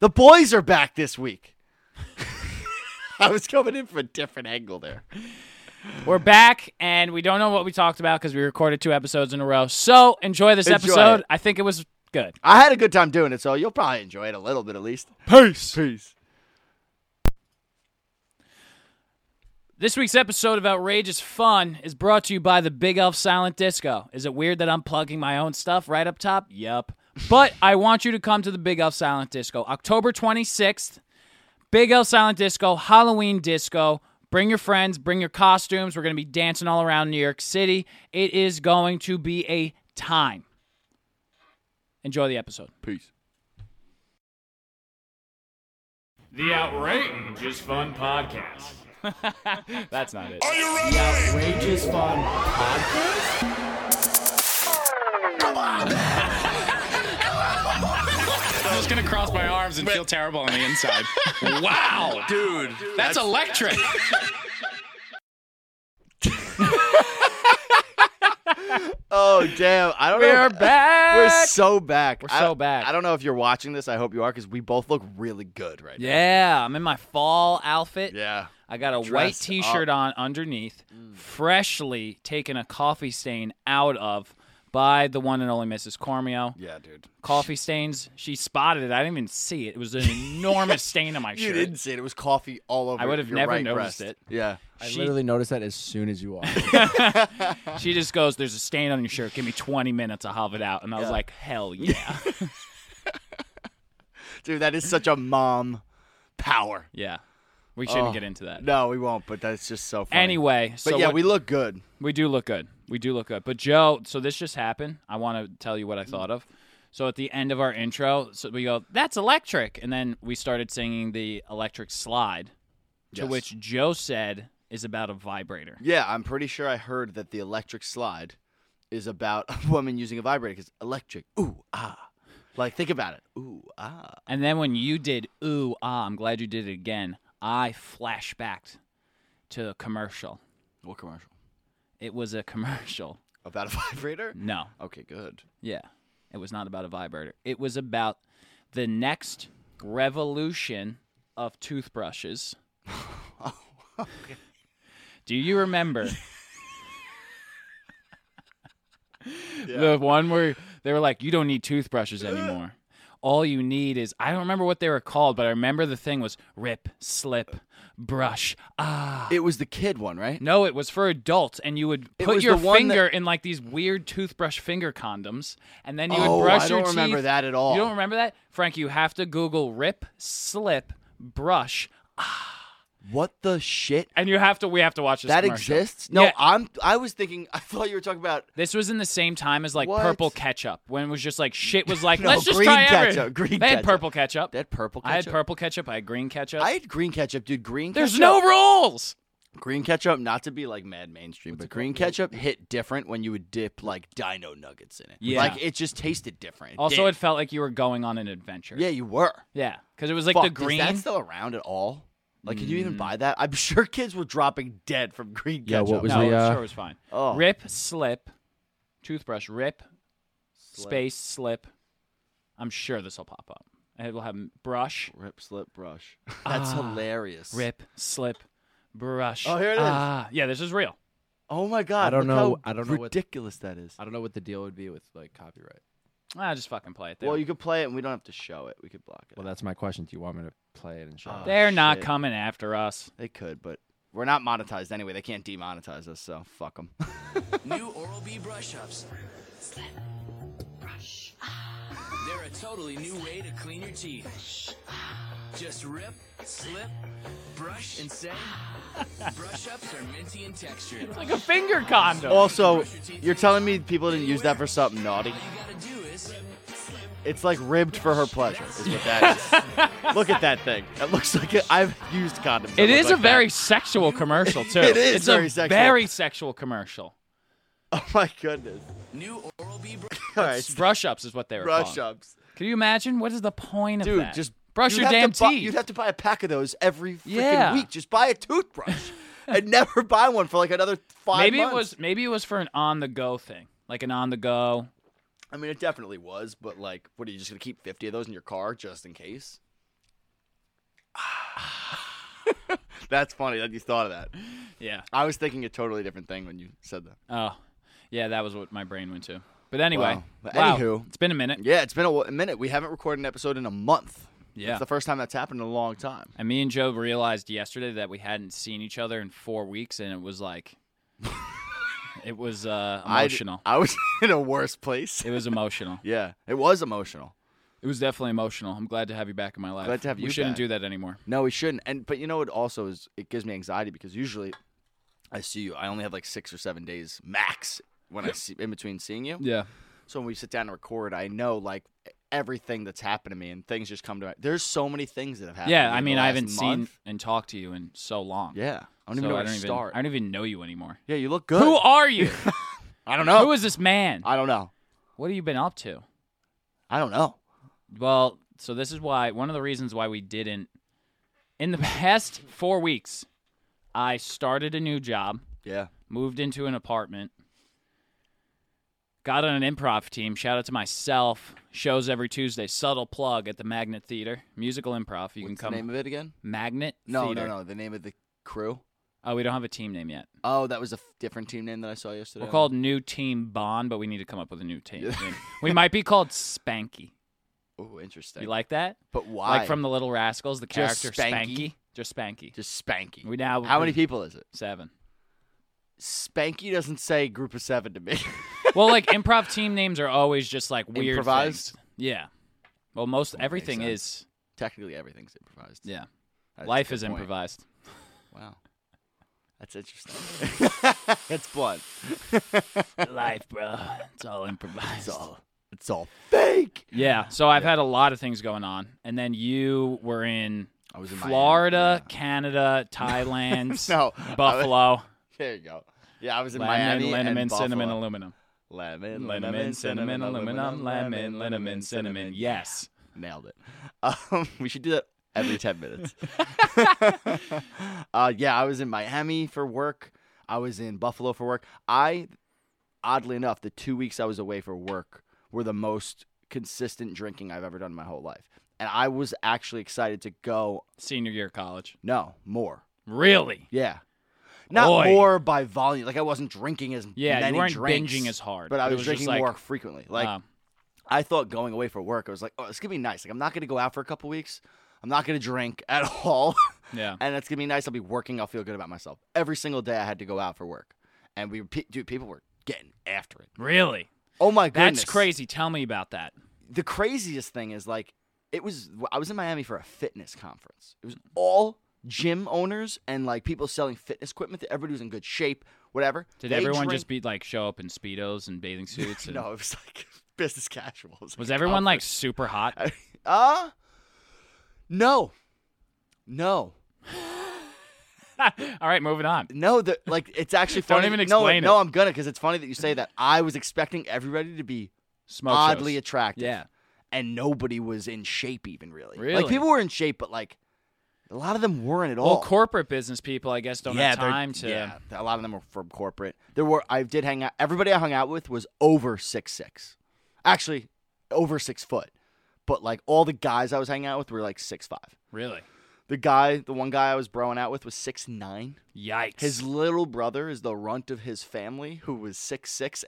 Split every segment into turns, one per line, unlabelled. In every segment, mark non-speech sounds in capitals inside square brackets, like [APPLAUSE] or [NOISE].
The boys are back this week. [LAUGHS] I was coming in from a different angle there.
We're back, and we don't know what we talked about because we recorded two episodes in a row. So enjoy this
Enjoy
episode.
it.
I think it was good.
I had a good time doing it, so you'll probably enjoy it a little bit at least.
Peace.
Peace.
This week's episode of Outrageous Fun is brought to you by the Big Elf Silent Disco. Is it weird that I'm plugging my own stuff right up top? Yup. But I want you to come to the Big Elf Silent Disco October 26th. Big L Silent Disco, Halloween Disco. Bring your friends, bring your costumes. We're going to be dancing all around New York City. It is going to be a time. Enjoy the episode.
Peace.
The Outrageous Fun Podcast.
That's not it.
Are you ready?
I'm just gonna cross my arms and feel terrible on the
[LAUGHS]
inside. wow, dude, that's, electric.
Oh damn! I don't
We
know.
are back.
We're so back.
We're
I-
so back.
I don't know if you're watching this. I hope you are because we both look really good right
yeah, I'm in my fall outfit.
now. Yeah.
I got a white
Dress
t shirt on underneath,
Mm.
freshly taken a coffee stain out of by the one and only Mrs. Cormio.
Yeah, dude.
Coffee stains, she spotted it. I didn't even see it. It was an
[LAUGHS]
enormous stain on my
You
shirt.
didn't see it. It was coffee all over.
I would have
your
never
right
noticed
breast.
it.
Yeah.
I
She-
literally noticed that as soon as you walked.
She just goes, There's a stain on your shirt. Give me 20 minutes. I'll have it out. And I was like, Hell
[LAUGHS]
yeah.
[LAUGHS] Dude, that is such a mom power.
yeah. We shouldn't
Oh,
get into that.
No, we won't. But that's just so funny.
Anyway,
But
so
yeah,
what-
we look good.
We do look good. We do look good. But Joe, so this just happened. I want to tell you what I thought of. So at the end of our intro, so we go, "That's electric," and then we started singing the electric slide, to
Yes.
which Joe said is about a vibrator.
Yeah, I'm pretty sure I heard that the electric slide is about a woman using a vibrator because electric. Ooh ah. Like think about it. Ooh ah.
And then when you did, "Ooh ah," I'm glad you did it again. I flashbacked to a commercial.
What commercial?
It was a [LAUGHS] commercial.
About a [LAUGHS] vibrator?
No,
Okay, good.
Yeah. It was not about a vibrator. It was about the next revolution of toothbrushes. Do you remember? The one where they were like, you don't need toothbrushes anymore. All you need is, I don't remember what they were called, but I remember the thing was rip, slip, brush. Ah.
It was the kid one, right?
No, it was for adults, and you would
It
put
was
your
the one that-
finger in like these weird toothbrush finger condoms, and then you
Oh,
would brush
I
your
don't remember
teeth.
that at all.
You don't remember that, Frank? You have to Google rip, slip, brush,
What the shit?
and you have to. We have to watch this.
That
commercial.
exists? No,
Yeah.
I'm I was thinking I thought you were talking about
This was in the same time as like
What?
purple ketchup, when it was just like shit was
[LAUGHS]
like
No,
let's just
green
try every-"
ketchup, green
They had
ketchup.
purple ketchup.
that purple ketchup.
I had purple ketchup. I had green ketchup.
I had green ketchup, dude. Green
There's
ketchup.
no rules.
green ketchup, not to be like mad mainstream, but green ketchup hit different when you would dip like dino nuggets in it.
Yeah.
Like it just tasted different. It
Also, it
did.
felt like you were going on an adventure.
Yeah, you were.
yeah, because it was like
Fuck,
the green. Mm.
Is that still around at all? Like, can you even buy that? I'm sure kids were dropping dead from green
Yeah,
ketchup.
what was
no,
the,
I'm
uh,
sure it was fine.
Oh.
Rip, slip, toothbrush, rip, space, slip. I'm sure this will pop up. It will have brush,
Rip, slip,
[LAUGHS]
brush. That's hilarious.
Ah, rip, slip, brush.
Oh, here it is.
Ah, yeah, this is real.
Oh my god.
I don't
look
know-
how
I don't know what-
ridiculous that is.
I don't know what the deal would be with like copyright.
Ah, just fucking play it. They
Well,
don't-
you could play it, and we don't have to show it. We could block it.
Well, that's my question. Do you want me to play it and show?
Oh.
it?
They're not
shit.
coming after us.
they could, but we're not monetized anyway. They can't demonetize us, so fuck
[LAUGHS]
them.
New Oral-B brush-ups. They're a totally new way to clean your teeth. Just rip, slip, brush, and say, brush-ups are minty in texture.
It's like a finger condom.
also, you're telling me people didn't use that for something naughty?
All you gotta do is
It's like ribbed for her pleasure, is what that
[LAUGHS]
is. Look at that thing. It looks like it, I've used condoms. that
it
look
is
like
a very
that.
sexual commercial
[LAUGHS]
too.
It is
It's
very
a
sexual.
very sexual commercial.
[LAUGHS] Oh my goodness.
new Oral-B brush
All right,
Brush ups is what they were
brush
called.
ups,
Can you imagine? What is the point of
dude.
that?
Just
brush
you'd
your
have to
damn
buy-
teeth.
You'd have to buy a pack of those every freaking
Yeah.
week. Just buy a
[LAUGHS]
toothbrush and never buy one for like another five.
maybe
months.
it was maybe it was for an on the go thing, like an on the go. [SIGHS]
I mean, it definitely was. But like, what are you just gonna keep fifty of those in your car just in case? [LAUGHS] That's funny that you thought of that.
Yeah.
I was thinking a totally different thing when you said that.
Oh, yeah, that was what my brain went to. But anyway,
Wow. But
wow,
anywho-
it's been a minute.
Yeah, it's been a, wh- a minute. We haven't recorded an episode in a month.
Yeah.
It's the first time that's happened in a long time.
And me and Joe realized yesterday that we hadn't seen each other in four weeks, and it
[LAUGHS]
was like, it was uh,
I-
emotional.
I, was [LAUGHS] in a worse place.
It was emotional.
Yeah, it was emotional.
It was definitely emotional. I'm glad to have you back in my life.
Glad to have
We
you
shouldn't
back.
do that anymore.
No, we shouldn't. And but you know, it also is. It gives me anxiety because usually I see you. I only have like six or seven days max when I see in between seeing you.
Yeah.
So when we sit down and record, I know like everything that's happened to me, and things just come to. My, there's so many things that have happened. to
Yeah.
me
I
in the
mean, I
last
haven't seen
month.
and talked to you in so long.
Yeah, I don't
So
even know
I
where
don't
to
even,
start.
I don't even know you anymore.
yeah, you look good.
Who are you?
[LAUGHS] I don't know.
Who is this man?
I don't know.
what have you been up to?
I don't know.
Well, so this is why one of the reasons why we didn't in the past 4 weeks I started a new job,
Yeah.
moved into an apartment, got on an improv team, shout out to myself, shows every Tuesday, subtle plug at the Magnet Theater, musical improv. You can
What's
come
the name of it again?
Magnet
No,
Theater.
no, no. The name of the crew.
Oh, we don't have a team name yet.
Oh, that was a f- different team name that I saw yesterday.
We're called New Team Bond, but we need to come up with a new team. name. we might be
[LAUGHS]
called Spanky.
Oh, interesting.
You like that?
but why?
Like from the Little Rascals, the
Just
character
Spanky?
Spanky. Just Spanky.
just Spanky.
We now
How many people is it?
Seven.
Spanky doesn't say group of seven to me. [LAUGHS]
Well, like improv team names are always just like weird.
Improvised?
things. Yeah. Well, most everything
sense.
is.
Technically, everything's improvised.
Yeah.
That's a
Life
good
is
point. [LAUGHS]
improvised.
Wow, that's interesting. [LAUGHS] it's blunt.
Life, bro. It's all improvised.
It's all. It's all fake.
[LAUGHS] Yeah. So I've had a lot of things going on, and then you were in.
I was in Miami,
Florida, Canada,
[LAUGHS]
Thailand,
No, I was-
[LAUGHS] Buffalo,
There you go. Yeah, I was in
lemon,
Miami
liniment,
and
cinnamon,
Buffalo.
aluminum.
Lemon,
Lemon, cinnamon, aluminum, lemon, liniment, cinnamon. Yes.
Nailed it. [LAUGHS] Um, we should do that every 10
[LAUGHS]
minutes. [LAUGHS] uh, yeah, I was in Miami for work. I was in Buffalo for work. I, oddly enough, the two weeks I was away for work were the most consistent drinking I've ever done in my whole life. And I was actually excited to go,
Senior year of college.
no, more.
Really?
Yeah. Not
Oy.
more by volume. Like I wasn't drinking as
Yeah, you
many
weren't
drinks,
binging as hard,
but I
but it
was,
was just
drinking
like- um,
more frequently. Like
Wow.
I thought going away for work, I was like, oh, it's gonna be nice. Like I'm not gonna go out for a couple weeks. I'm not gonna drink [LAUGHS] at all,
yeah.
and it's gonna be nice. I'll be working. I'll feel good about myself. Every single day, I had to go out for work, and we, pe- dude, people were getting after it.
Really?
Oh my goodness,
That's crazy. Tell me about that.
The craziest thing is like, it was. I was in Miami for a fitness conference. It was all gym owners and like people selling fitness equipment. Everybody was in good shape. Whatever.
Did
They
everyone
drank-
just be like show up in speedos and bathing suits?
[LAUGHS]
And
No, it was like [LAUGHS] business casual. It
Was
like a
everyone like
conference.
super hot?
Uh no. No.
[LAUGHS] All right, moving on.
No, the, like it's actually
[LAUGHS] Don't
funny.
even
no,
explain
no,
it.
I'm gonna because it's funny that you say that. I was expecting everybody to be
Smoke
oddly
shows.
attractive.
Yeah.
And nobody was in shape even really.
Really?
Like people were in shape, but like a lot of them weren't at
Well,
all.
corporate business people, I guess, don't have
they're-
time to.
Yeah, a lot of them were from corporate. There were I did hang out. Everybody I hung out with was over six six, actually over six foot, but like all the guys I was hanging out with were like six five.
Really?
The guy, the one guy I was broing out with was six nine.
Yikes.
His little brother is the runt of his family, who was six six.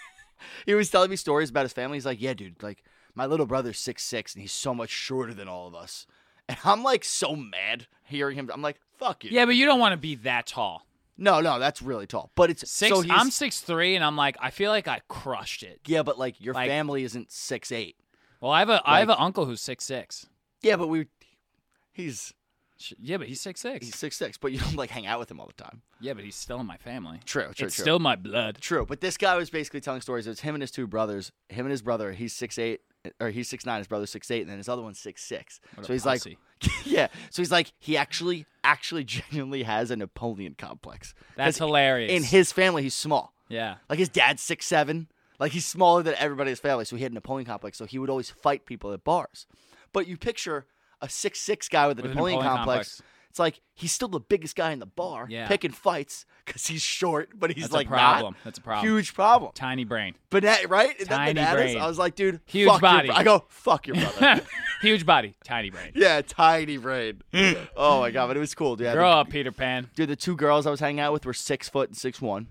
[LAUGHS] he was telling me stories about his family. He's like, "Yeah, dude, like my little brother's six six, and he's so much shorter than all of us." [LAUGHS] And I'm like so mad hearing him. I'm like, "Fuck you."
yeah, but you don't want to be that tall.
No, no, that's really tall. But it's
Six.
So he's,
I'm six three, and I'm like, I feel like I crushed it.
yeah, but like your
like-
family isn't six eight.
Well, I have a I have an uncle who's six six.
Yeah, but we. He's
Yeah, but he's six six.
he's six six, but you don't like hang out with him all the time.
Yeah, but he's still in my family.
True, true,
it's
true.
still my blood.
True, but this guy was basically telling stories. It was him and his two brothers. Him and his brother. He's six eight, or he's six nine. His brother's six eight, and then his other one's six six.
What a
so he's
pussy.
like, [LAUGHS] yeah. So he's like, he actually, actually, [LAUGHS] genuinely has a Napoleon complex. 'Cause
That's hilarious.
In his family, he's small.
yeah,
Like his dad's six seven. Like he's smaller than everybody in his family, so he had a Napoleon complex. So he would always fight people at bars. But you picture a six six guy with a
With a
Napoleon,
Napoleon
complex.
complex.
It's It's like he's still the biggest guy in the bar,
Yeah.
picking fights because he's short, but he's
That's a
like
problem.
Not.
That's a problem.
Huge problem.
Tiny brain. [LAUGHS]
Bana- right? Isn't that
Tiny
bananas?
brain.
I was like, dude,
Huge
fuck your
body.
bro- I go, fuck your
[LAUGHS]
brother.
Huge body. Tiny brain.
yeah, tiny brain. oh my god, but it was cool, dude. I had
Grow
the-
up, Peter Pan.
Dude, the two girls I was hanging out with were six foot and six one,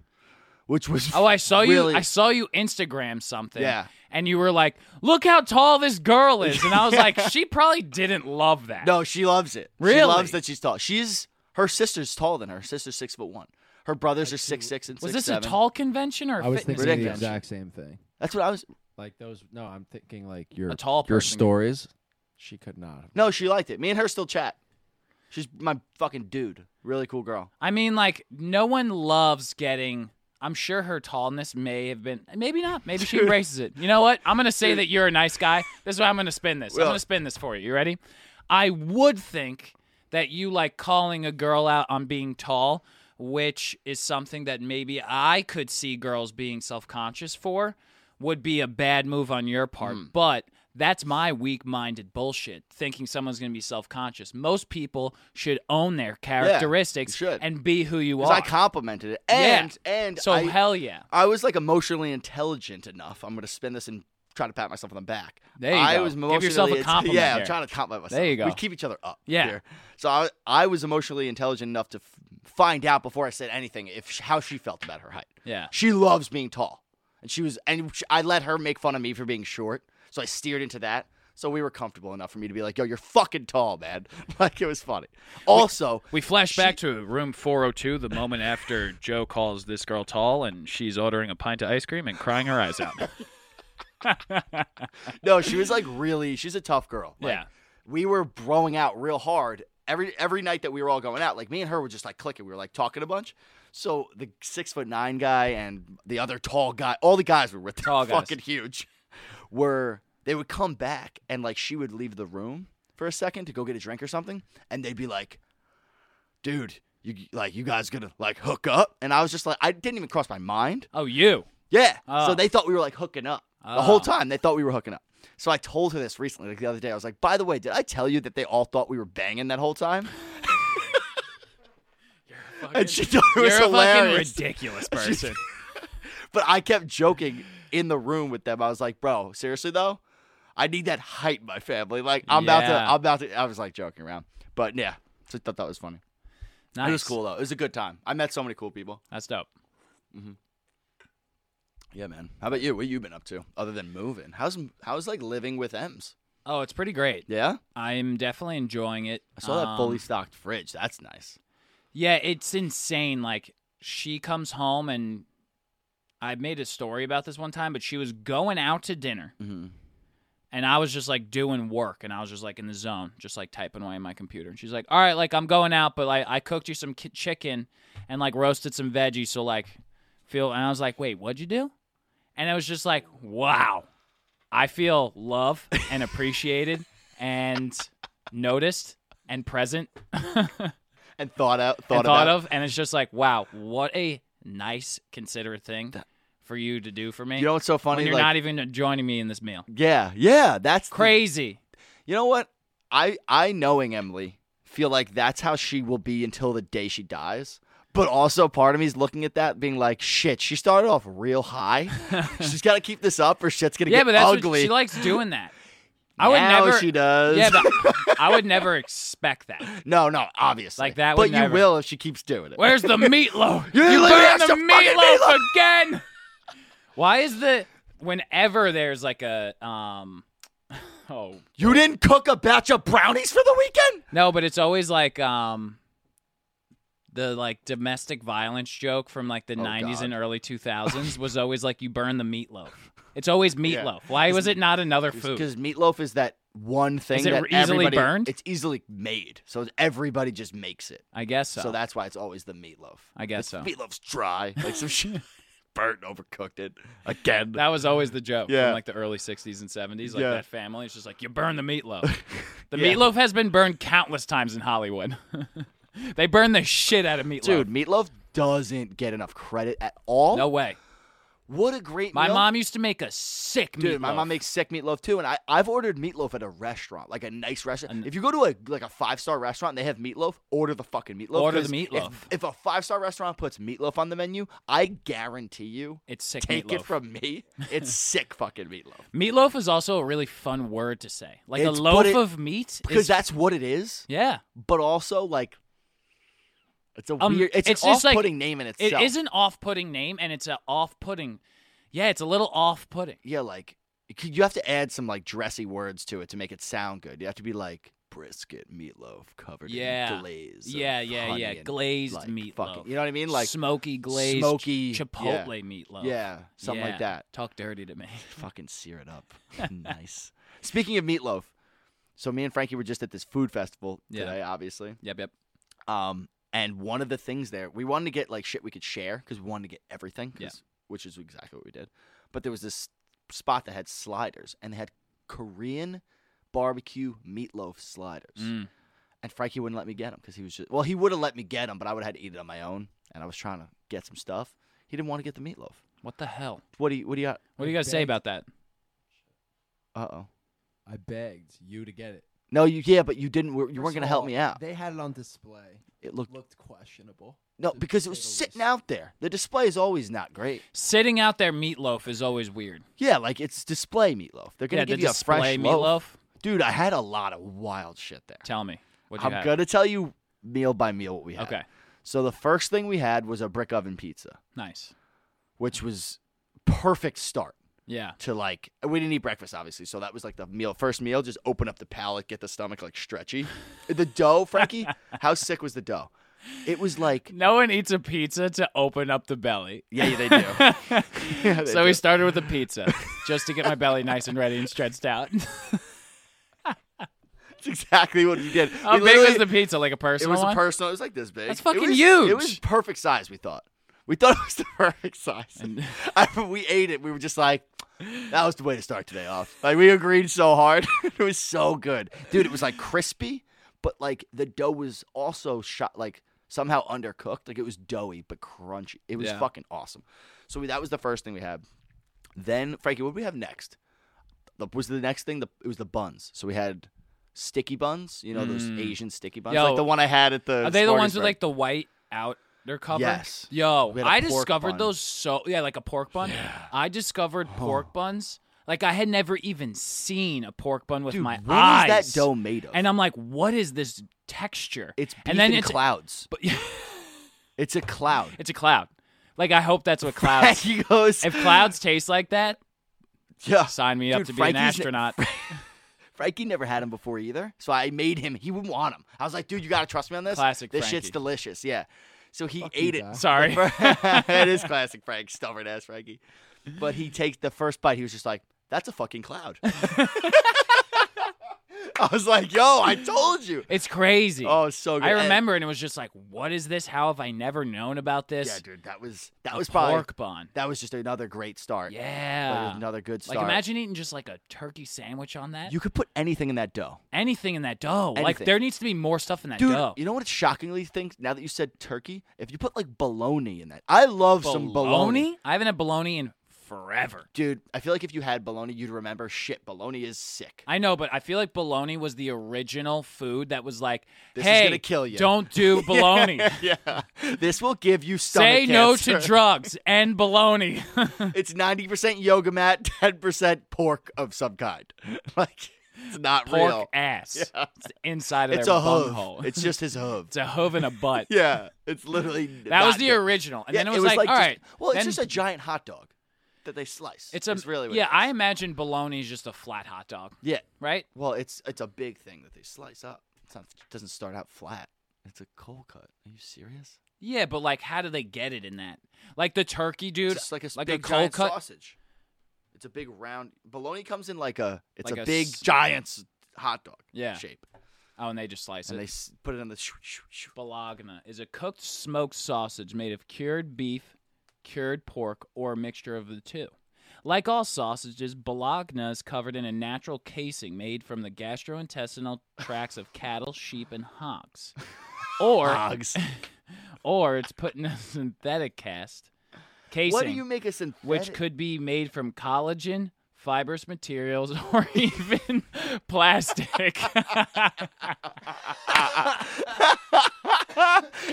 which was
Oh, I saw you.
really-
I saw you Instagram something.
Yeah.
And you were like, "Look how tall this girl is," and
[LAUGHS]
I was like, "She probably didn't love that."
No, she loves it.
Really?
she loves that she's tall. She's her sister's taller than her. Her sister's six foot one. Her brothers are six six and
Was
six
this
seven.
a tall convention or a
I was
fitness
thinking the
Ridiculous.
exact same thing.
That's what I was.
Like those. No, I'm thinking like your
A tall
your
person.
stories. She could not. Have
No, she liked it. Me and her still chat. She's my fucking dude. Really cool girl.
I mean, like, no one loves getting. I'm sure her tallness may have been, maybe not. Maybe she embraces it. You know what? I'm gonna say that you're a nice guy. This is why I'm gonna spin this. I'm
Well-
gonna spin this for you. You ready? I would think that you like calling a girl out on being tall, which is something that maybe I could see girls being self conscious for, would be a bad move on your
Hmm.
part. But that's my weak minded bullshit, thinking someone's gonna be self conscious. Most people should own their characteristics
should.
and be who you
'Cause
are.
I complimented it,
Yeah.
and and
so
I,
hell yeah.
I was like emotionally intelligent enough. I'm gonna spin this and try to pat myself on the back.
There you
I
go.
was
Give yourself a
emotionally-
compliment
Yeah,
there.
I'm trying to compliment myself.
There you go.
We keep each other up.
Yeah.
here. So I I was emotionally intelligent enough to f- find out before I said anything if sh- how she felt about her height.
Yeah.
She loves being tall, and she was and sh I let her make fun of me for being short. So I steered into that. So we were comfortable enough for me to be like, "Yo, you're fucking tall, man." [LAUGHS] Like it was funny. Also,
We flash back to room 402, the
[LAUGHS]
moment after Joe calls this girl tall and she's ordering a pint of ice cream and crying her
[LAUGHS]
eyes out.
No, she was like really. She's a tough girl. Like,
Yeah.
We were growing out real hard every every night that we were all going out. Like me and her were just like clicking. We were like talking a bunch. So the six foot nine guy and the other tall guy, all the guys we were with, they're
Tall guys.
fucking huge, were they would come back and like she would leave the room for a second to go get a drink or something, and they'd be like, "Dude, you like you guys gonna like hook up?" And I was just like, I didn't even cross my mind.
oh, you.
Yeah.
Oh.
So they thought we were like hooking up
Oh.
the whole time. They thought we were hooking up. So I told her this recently, like the other day. I was like, "By the way, did I tell you that they all thought we were banging that whole [LAUGHS] time?" and she thought it was
You're a
hilarious. [LAUGHS]
fucking ridiculous person.
but I kept joking in the room with them. I was like, "Bro, seriously though, I need that height, in my family. Like, I'm about to,
Yeah.
I'm about to." I was like joking around, but yeah, so I thought that was funny.
nice.
It was cool though. It was a good time. I met so many cool people.
That's dope.
Yeah, man. How about you? What you been up to other than moving? How's how's like living with M's?
Oh, it's pretty great.
Yeah.
I'm definitely enjoying it.
I saw that
Um,
fully stocked fridge. That's nice.
Yeah, it's insane. Like she comes home and I made a story about this one time, but she was going out to dinner. And I was just like doing work and I was just like in the zone, just like typing away on my computer. And she's like, "All right, like I'm going out, but like I cooked you some ki- chicken and like roasted some veggies, so like feel." And I was like, "Wait, what'd you do?" And I was just like, "Wow. I feel love and appreciated and noticed and present."
And thought out, thought,
and thought
about
of, and it's just like, wow, what a nice, considerate thing for you to do for me.
You know what's so funny?
when you're
like,
not even joining me in this meal.
yeah, yeah. That's the-
Crazy.
you know what? I I knowing Emily feel like that's how she will be until the day she dies. But also, part of me is looking at that, being like, "Shit, she started off real
[LAUGHS]
high. She's got to keep this up, or shit's gonna
Yeah,
get
but that's what-
ugly."
she likes
[LAUGHS]
doing that. I would
Now
never.
she does. [LAUGHS]
Yeah, but I would never expect that.
no, no, obviously,
Like, that
But
would never-
you will if she keeps doing it.
Where's the meatloaf?
[LAUGHS] You
you
leave
burned
the
the
extra fucking
meatloaf again. Why is the whenever there's like a um [LAUGHS] oh
You didn't cook a batch of brownies for the weekend?
No, but it's always like um the like domestic violence joke from like the
Oh,
90s and early 2000s was always like you burn
[LAUGHS]
the meatloaf. It's always meatloaf. Why was it not another food?
Because meatloaf is that one thing
Is it
that
easily
everybody
burned?
It's easily made, so everybody just makes it.
I guess so.
So, that's why it's always the meatloaf.
I guess so.
It's- Meatloaf's dry, like
[LAUGHS]
some shit. Burnt, overcooked it again.
that was always the joke
Yeah.
from like the early 60s and 70s like
Yeah.
that family it's just like you burn the
[LAUGHS]
meatloaf. The
Yeah.
meatloaf has been burned countless times in Hollywood. [LAUGHS] they burn the shit out of meatloaf.
Dude, meatloaf doesn't get enough credit at all.
no way.
What a great
My
meal.
mom used to make a sick
Dude, my
meatloaf.
mom makes sick meatloaf too, and I I've ordered meatloaf at a restaurant, like a nice restaurant. if you go to a like a five star restaurant and they have meatloaf, order the fucking meatloaf.
Order the
'cause
meatloaf.
If, if a five star restaurant puts meatloaf on the menu, I guarantee you,
It's sick
take
meatloaf.
it from me,
[LAUGHS]
it's sick fucking meatloaf
meatloaf is also a really fun word to say. Like
It's-
a
but
loaf
it-
of meat
because
is
that's what it is.
yeah.
But also like, it's a
Um,
weird, it's,
it's
an
just like-
off-putting name in
It
itself.
is an off-putting name, and it's a off-putting. Yeah, it's a little off-putting.
yeah, like c- you have to add some like dressy words to it to make it sound good. You have to be like brisket meatloaf covered
Yeah.
in glaze. of
Yeah, yeah,
honey
yeah.
and,
Glazed
like,
meatloaf.
fucking- you know what I mean? Like
smoky glazed,
smoky- yeah.
chipotle meatloaf.
yeah, something
Yeah.
like that.
Talk dirty
[LAUGHS]
to me.
Fucking sear it up. [LAUGHS] nice. Speaking of meatloaf, so me and Frankie were just at this food festival
Yeah.
today, obviously.
yep, yep.
Um, and one of the things there, we wanted to get like shit we could share because we wanted to get everything. 'cause-
Yeah.
Which is exactly what we did. But there was this spot that had sliders, and they had Korean barbecue meatloaf sliders.
Mm.
And Frankie wouldn't let me get them because he was just well, he would have let me get them, but I would have had to eat it on my own. And I was trying to get some stuff. He didn't want to get the meatloaf.
What the hell?
What do you? What do you got?
What do you guys say about that?
Uh oh.
I begged you to get it.
No, you yeah, but you didn't. You weren't
First
gonna
of
help
all,
me out.
They had it on display.
It looked
Looked questionable.
no
to
because it
say
was
the
sitting
least.
out there. The display is always not great.
Sitting out there meatloaf is always weird.
Yeah, like it's display meatloaf. They're gonna
yeah,
give
the
you a fresh
display meatloaf.
loaf. Dude, I had a lot of wild shit there.
Tell me. What you
I'm
have?
gonna tell you meal by meal what we had.
Okay.
So the first thing we had was a brick oven pizza,
Nice.
which was perfect start.
Yeah.
to like we didn't eat breakfast obviously so that was like the meal first meal just open up the palate get the stomach like stretchy the dough frankie
[LAUGHS]
how sick was the dough it was like
No one eats a pizza to open up the belly.
yeah
[LAUGHS]
they do [LAUGHS] Yeah, they
So we
do.
started with a pizza just to get my belly nice and ready and
[LAUGHS]
stretched out.
That's exactly what we did
How
We
big was
literally-
the pizza? Like a
it
personal
was a
one?
personal it was like this big
That's
It
fucking
was-
huge.
it was perfect size we thought we thought it was the [LAUGHS] perfect size [LAUGHS] I, we ate it we were just like that was the way to start today off like we agreed so hard [LAUGHS] it was so good dude it was like crispy but like the dough was also shot like somehow undercooked like it was doughy but crunchy it was
Yeah.
fucking awesome so we, that was the first thing we had then frankie what did we have next the, was the next thing the it was the buns so we had sticky buns you know those asian sticky buns
Mm. Yo,
like the one i had at the
Are they the
Smarties
ones with
Burger.
like the white out their cover?
Yes.
Yo,
We had a
I
pork
discovered
bun.
those so yeah, like a pork bun. I discovered pork buns. Like I had never even seen a pork bun with
Dude,
my
what is
eyes.
that dough made of?
And I'm like, what is this texture?
it's beef
and then
in
it's
clouds.
[LAUGHS] but-
it's a cloud.
it's a cloud. Like I
[LAUGHS]
hope that's what clouds.
he goes.
if clouds taste like that,
[LAUGHS] yeah.
sign me up
Dude,
to be an
Frankie's ne- [LAUGHS]
astronaut.
Frankie never had him before either, so I made him. He wouldn't want him. I was like, dude, you gotta trust me on this.
Classic
This
Frankie.
shit's delicious. Yeah. So he
Fuck you,
ate it. [LAUGHS]
Doc.
Sorry.
it
[LAUGHS]
is classic Frank, stubborn ass Frankie. But he takes the first bite. He was just like, "That's a fucking
[LAUGHS]
cloud." I was like, "Yo, I told you."
It's crazy.
Oh, it's so good.
I
And-
remember and it was just like, what is this? How have I never known about this?
Yeah, dude, that was that
A
was probably
pork bun.
that was just another great start. That
Yeah.
was another good start.
Like imagine eating just like a turkey sandwich on that.
you could put anything in that dough,
anything in that dough. Like
Anything.
there needs to be more stuff in that
dude.
dough.
You know what? It's shockingly think now that you said turkey. If you put like bologna in that, I love some bologna.
I haven't had bologna in forever.
Dude, I feel like if you had bologna, you'd remember shit. Bologna is sick.
I know, but I feel like bologna was the original food that was like,
This is
"Hey,
gonna kill you."
don't
[LAUGHS]
do bologna.
yeah, this will give you stomach
Say no to
cancer.
drugs
[LAUGHS]
and bologna."
It's ninety percent yoga mat, ten percent pork of some kind. [LAUGHS] like it's not
Pork
real.
ass. It's inside of
It's
their
a hoof.
bunghole.
It's just
[LAUGHS]
his hoof.
It's a hoof and a butt.
[LAUGHS] yeah, it's literally
That was
not
the
good.
original, and
Yeah,
then it was, like, "All
just-
right."
Well, it's
then-
just a giant hot dog that they slice.
It's a
is really what
yeah.
it
I
is.
imagine bologna is just a flat hot dog,
yeah.
right?
Well, it's it's a big thing that they slice up. It's not, it doesn't start out flat. It's a cold cut. Are you serious?
Yeah, but like, how do they get it in that? Like the turkey, dude,
it's just like a s-
like
big
a cold
giant
cut.
sausage. It's a big round. Bologna comes in like a it's
Like
a,
a
big
s-
giant s- hot dog
Yeah.
shape,
Oh, and they just slice
and
it.
they s- put it on the. Shoo, shoo,
[LAUGHS]
shoo.
Bologna is a cooked smoked sausage made of cured beef, cured pork, or a mixture of the two. Like all sausages, Bologna is covered in a natural casing made from the gastrointestinal tracts of cattle, sheep,
[LAUGHS]
and hogs. Or
Hogs.
[LAUGHS] or it's put in a synthetic cast Casing,
What do you make a synthetic?
which could be made from collagen, fibrous materials, [LAUGHS] or even [LAUGHS] plastic. [LAUGHS]
[LAUGHS]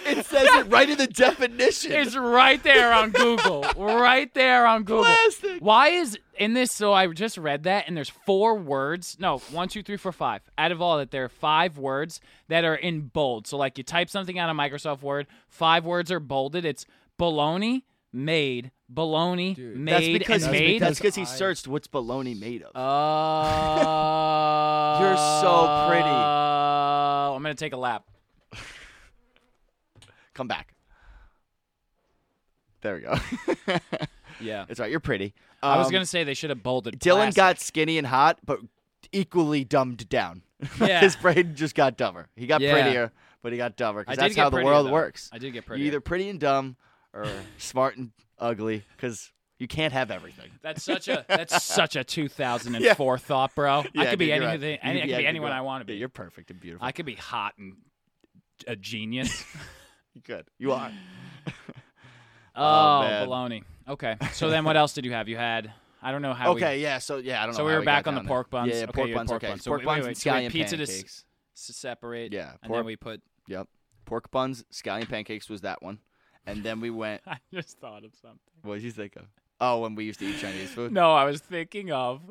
it says it right in the definition.
It's right there on Google. right there on Google.
Plastic.
Why is in this? So I just read that, and there's four words. No, one, two, three, four, five. Out of all that, there are five words that are in bold. So like you type something out of Microsoft Word, five words are bolded. It's baloney made, baloney
Dude.
made,
that's because
and
he's-
made.
that's because he
I-
searched what's baloney made of.
Uh,
You're so pretty.
I'm gonna take a lap.
Come back. There we go. [LAUGHS]
Yeah.
it's right. You're pretty.
I was
Um,
gonna say they should have bolded.
Dylan
plastic.
got skinny and hot, but equally dumbed down. [LAUGHS]
Yeah.
His brain just got dumber. He got
Yeah.
prettier, but he got dumber
I
because
did
that's
get
how the
prettier,
world
though.
works.
I did get
You're
pretty.
either pretty and dumb or [LAUGHS] smart and ugly because you can't have everything.
That's such
[LAUGHS]
a that's such a 2004 thought, bro. I could be
dude, you're right.
anything.
You
Any, I could
yeah,
be
you're
anyone
right.
I want to
Yeah,
be.
you're perfect and beautiful.
I could be hot and
[LAUGHS]
a genius.
Good. You are.
oh,
man.
baloney.
[LAUGHS]
Okay. So then, what else did you have? You had I don't know how. we-
okay. Yeah. So yeah, I don't know.
So we
how
were back
got
on the
down
pork
there.
buns.
Yeah, yeah,
Okay,
pork
you had
buns.
pork
okay.
buns. So
pork
wait,
buns
wait,
and
wait. So we had
scallion
pizza to s-
pancakes.
S- separate.
Yeah,
And
pork-
then we put. [LAUGHS]
Yep. Pork buns, scallion pancakes was that one, and then we went.
I just thought of something.
What did you think of? Oh, when we used to eat Chinese food.
No, I was thinking of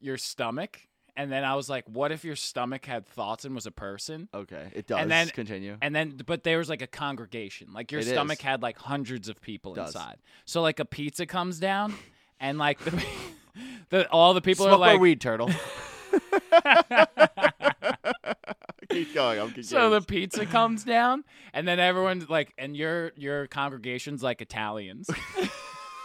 your stomach, and then I was like, what if your stomach had thoughts and was a person?
Okay, it does.
And then-
continue.
And then, but there was like a congregation. Like your
It
stomach
is.
had like hundreds of people
Does.
inside. So like a pizza comes down, and like the, [LAUGHS] the all the people are
Smoke my
like.
weed,
[LAUGHS]
turtle. [LAUGHS] keep going. I'm confused.
so the pizza comes down, and then everyone's like, and your your congregation's like Italians.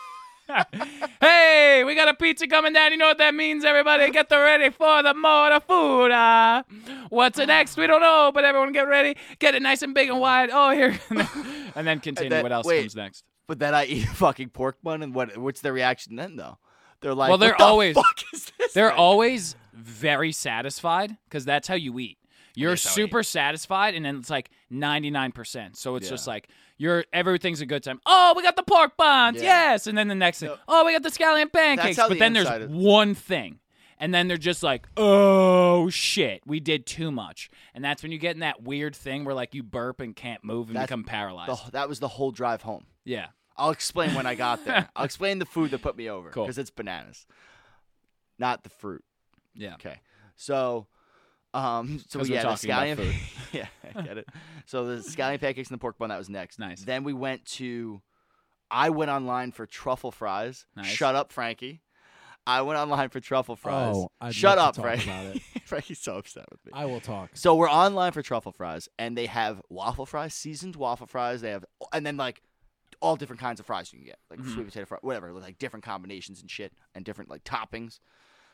[LAUGHS] hey, we got a pizza coming down. You know what that means, everybody? Get the ready for the more food. Uh, what's the next? We don't know, but everyone get ready. Get it nice and big and wide. Oh, here. [LAUGHS] and then continue.
then-
what else
wait.
comes next?
but then I eat [LAUGHS] a fucking pork bun, and what? What's their reaction then? Though they're like,
Well, they're
"What the
always-
fuck is this?"
They're always very satisfied because that's how you eat. You're
is how I eat.
super satisfied, and then it's like 99%. So it's just
Yeah.
like, you're everything's a good time. Oh, we got the pork buns.
Yeah.
Yes. And then the next thing, oh, we got the scallion pancakes.
how
but
the
then there's
inside is-
one thing. And then they're just like, oh, shit, we did too much. And that's when you get in that weird thing where like you burp and can't move and
That's
become paralyzed.
The- that was the whole drive home.
yeah.
I'll explain when I got
[LAUGHS]
there. I'll explain the food that put me over
Cool.
because it's bananas, not the fruit.
Yeah.
Okay. So, um, so
'Cause we're
yeah, the
talking about
scallion.
food.
[LAUGHS] yeah, I get it. So the scallion pancakes and the pork bun that was next.
Nice.
Then we went to. I went online for truffle fries.
Nice.
Shut up, Frankie. I went online for truffle fries.
Oh, I'd
Shut
love
up,
to talk
Frankie.
about it.
[LAUGHS] Frankie's so upset with me.
I will talk.
So we're online for truffle fries, and they have waffle fries, seasoned waffle fries. They have, and then like all different kinds of fries you can get, like
Mm-hmm.
sweet potato fries, whatever, like different combinations and shit, and different like toppings.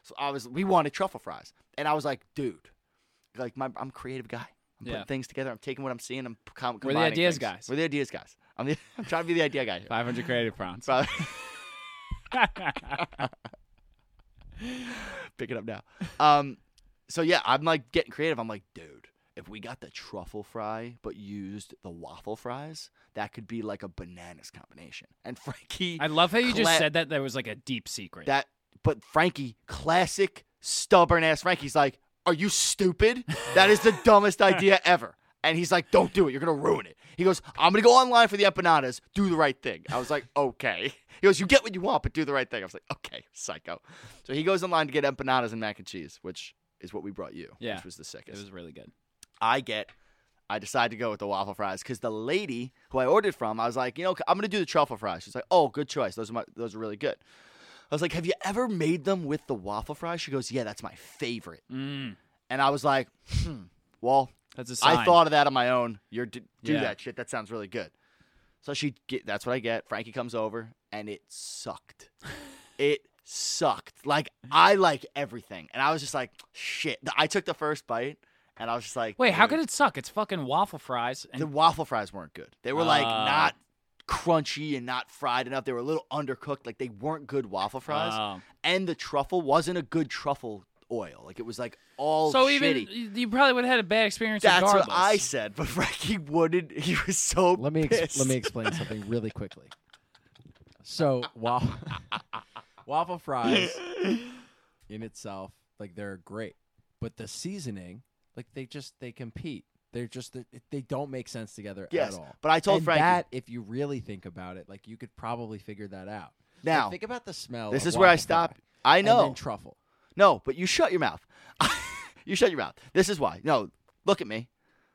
So obviously, we wanted truffle fries, and I was like, dude, like my, I'm a creative guy. I'm putting
Yeah.
things together. I'm taking what I'm seeing. I'm com-
We're the
combining
ideas
things.
guys.
We're the ideas guys. I'm, the, [LAUGHS] I'm trying to be the idea guy. Here.
500 creative prompts.
But- Pick it up now. Um, so yeah, I'm like getting creative. I'm like, dude, if we got the truffle fry but used the waffle fries, that could be like a bananas combination. And Frankie,
I love how you just
Cla-
said that there was like a deep secret.
that, but Frankie, classic stubborn ass Frankie's like, are you stupid? That
[LAUGHS]
is the dumbest idea ever. And he's like, don't do it. You're going to ruin it. He goes, I'm going to go online for the empanadas. Do the right thing. I was like, [LAUGHS] okay. He goes, you get what you want, but do the right thing. I was like, okay, psycho. So he goes online to get empanadas and mac and cheese, which is what we brought you,
Yeah.
which was the
it
sickest.
was really good.
I get, I decide to go with the waffle fries because the lady who I ordered from, I was like, you know, I'm gonna do the truffle fries. She's like, oh, good choice. Those are my, those are really good. I was like, have you ever made them with the waffle fries? She goes, yeah, that's my favorite. And I was like, hmm, well,
Mm. That's a sign.
I thought of that on my own. You're d- do
Yeah.
that shit. That sounds really good. So she get, that's what I get. Frankie comes over and it sucked. it sucked. Like I like everything, and I was just like, shit. I took the first bite and I was just like,
Wait, how
dude,
could it suck? It's fucking waffle fries. And
the waffle fries weren't good. They were like
Ah.
not crunchy and not fried enough. They were a little undercooked. Like they weren't good waffle fries.
Ah.
And the truffle wasn't a good truffle oil. Like it was like all
so
shitty.
even y- you probably would have had a bad experience.
that's
regardless.
what I said, [LAUGHS] but Frankie wouldn't. He was so
let me
pissed. [LAUGHS]
ex- let me explain something really quickly. So waffle [LAUGHS] waffle fries in itself, like they're great, but the seasoning, like they just they compete. They're just they- they don't make sense together
Yes,
at all.
but I told
and
Frankie-
that if you really think about it, like you could probably figure that out. Like,
Now,
think about the smell.
This
of
is where I
waffle
stop. oh,
fry
I
and then
know.
truffle.
No, but you shut your mouth. [LAUGHS] you shut your mouth. This is why. No, look at me.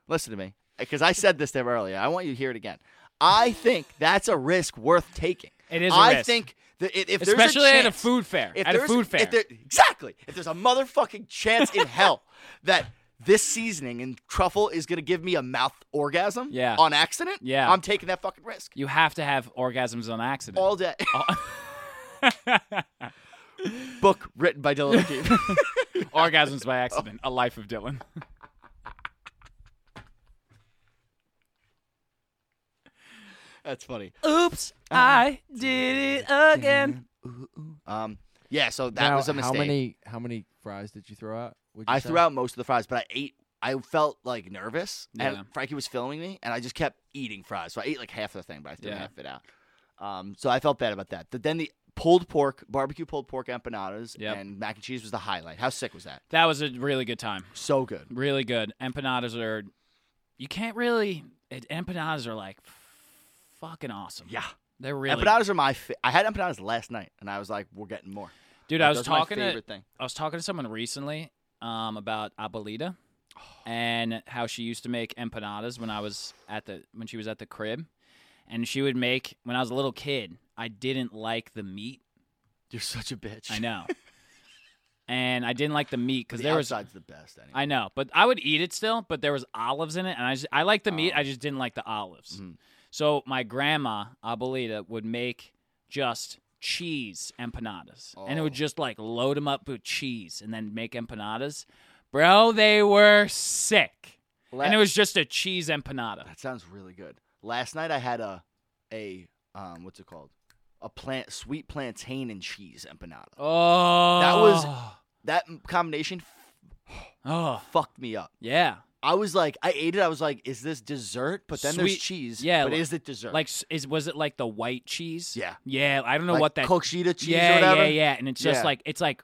Listen to me. Because I said this there earlier. I want you to hear it again. I think that's a risk worth taking.
It is a
I
risk.
think that i- if there's
Especially
a
at a
chance,
food fair.
if
At a
there's-
food
if
fair.
there- exactly. If there's a motherfucking chance in
[LAUGHS]
hell that this seasoning and truffle is gonna give me a mouth orgasm
Yeah.
on accident,
Yeah.
I'm taking that fucking risk
You have to have orgasms on accident.
all day.
Uh,
[LAUGHS] Book written by Dylan McKean.
[LAUGHS] orgasms by accident. A life of Dylan.
[LAUGHS] That's funny.
Oops, I did it again.
Um, yeah, so that
Now,
was a mistake.
How many how many fries did you throw out? would you
I
say?
threw out most of the fries, but I ate. I felt like nervous,
Yeah.
and Frankie was filming me, and I just kept eating fries. So I ate like half the thing, but I threw
Yeah.
half it out. Um, so I felt bad about that. But then the pulled pork, barbecue pulled pork empanadas,
Yep.
and mac and cheese was the highlight. How sick was that?
That was a really good time.
So good.
Really good. Empanadas are. You can't really. it- Empanadas are like fucking awesome.
Yeah.
They're really.
Empanadas are my. Fa- I had empanadas last night, and I was like, "We're getting more."
Dude,
Like,
I was
those are my
talking to
favorite thing.
I was talking to someone recently um, about Abuelita and how she used to make empanadas when I was at the when she was at the crib, and she would make when I was a little kid. I didn't like the meat.
You're such a bitch.
[LAUGHS] I know, and I didn't like the meat because
The
there was.
outside's the best. Anyway.
I know, but I would eat it still. But there was olives in it, and I just, I liked the meat.
Oh.
I just didn't like the olives.
Mm-hmm.
So my grandma Abuelita would make just cheese empanadas, and it
Oh.
would just like load them up with cheese and then make empanadas. Bro, they were sick, and it
La-
was just a cheese empanada.
That sounds really good. Last night I had a a um what's it called? A plant sweet plantain and cheese empanada.
Oh,
That was that m- combination f-
oh
fucked me up.
yeah,
I was like, I ate it. I was like, is this dessert? But then there's
Sweet-
cheese.
yeah,
but
like-
is it dessert?
like s- is was it like the white cheese?
Yeah.
yeah. I don't know
Like
what that
Cochita cheese
yeah,
or whatever.
Yeah, yeah, and it's just
Yeah.
like it's like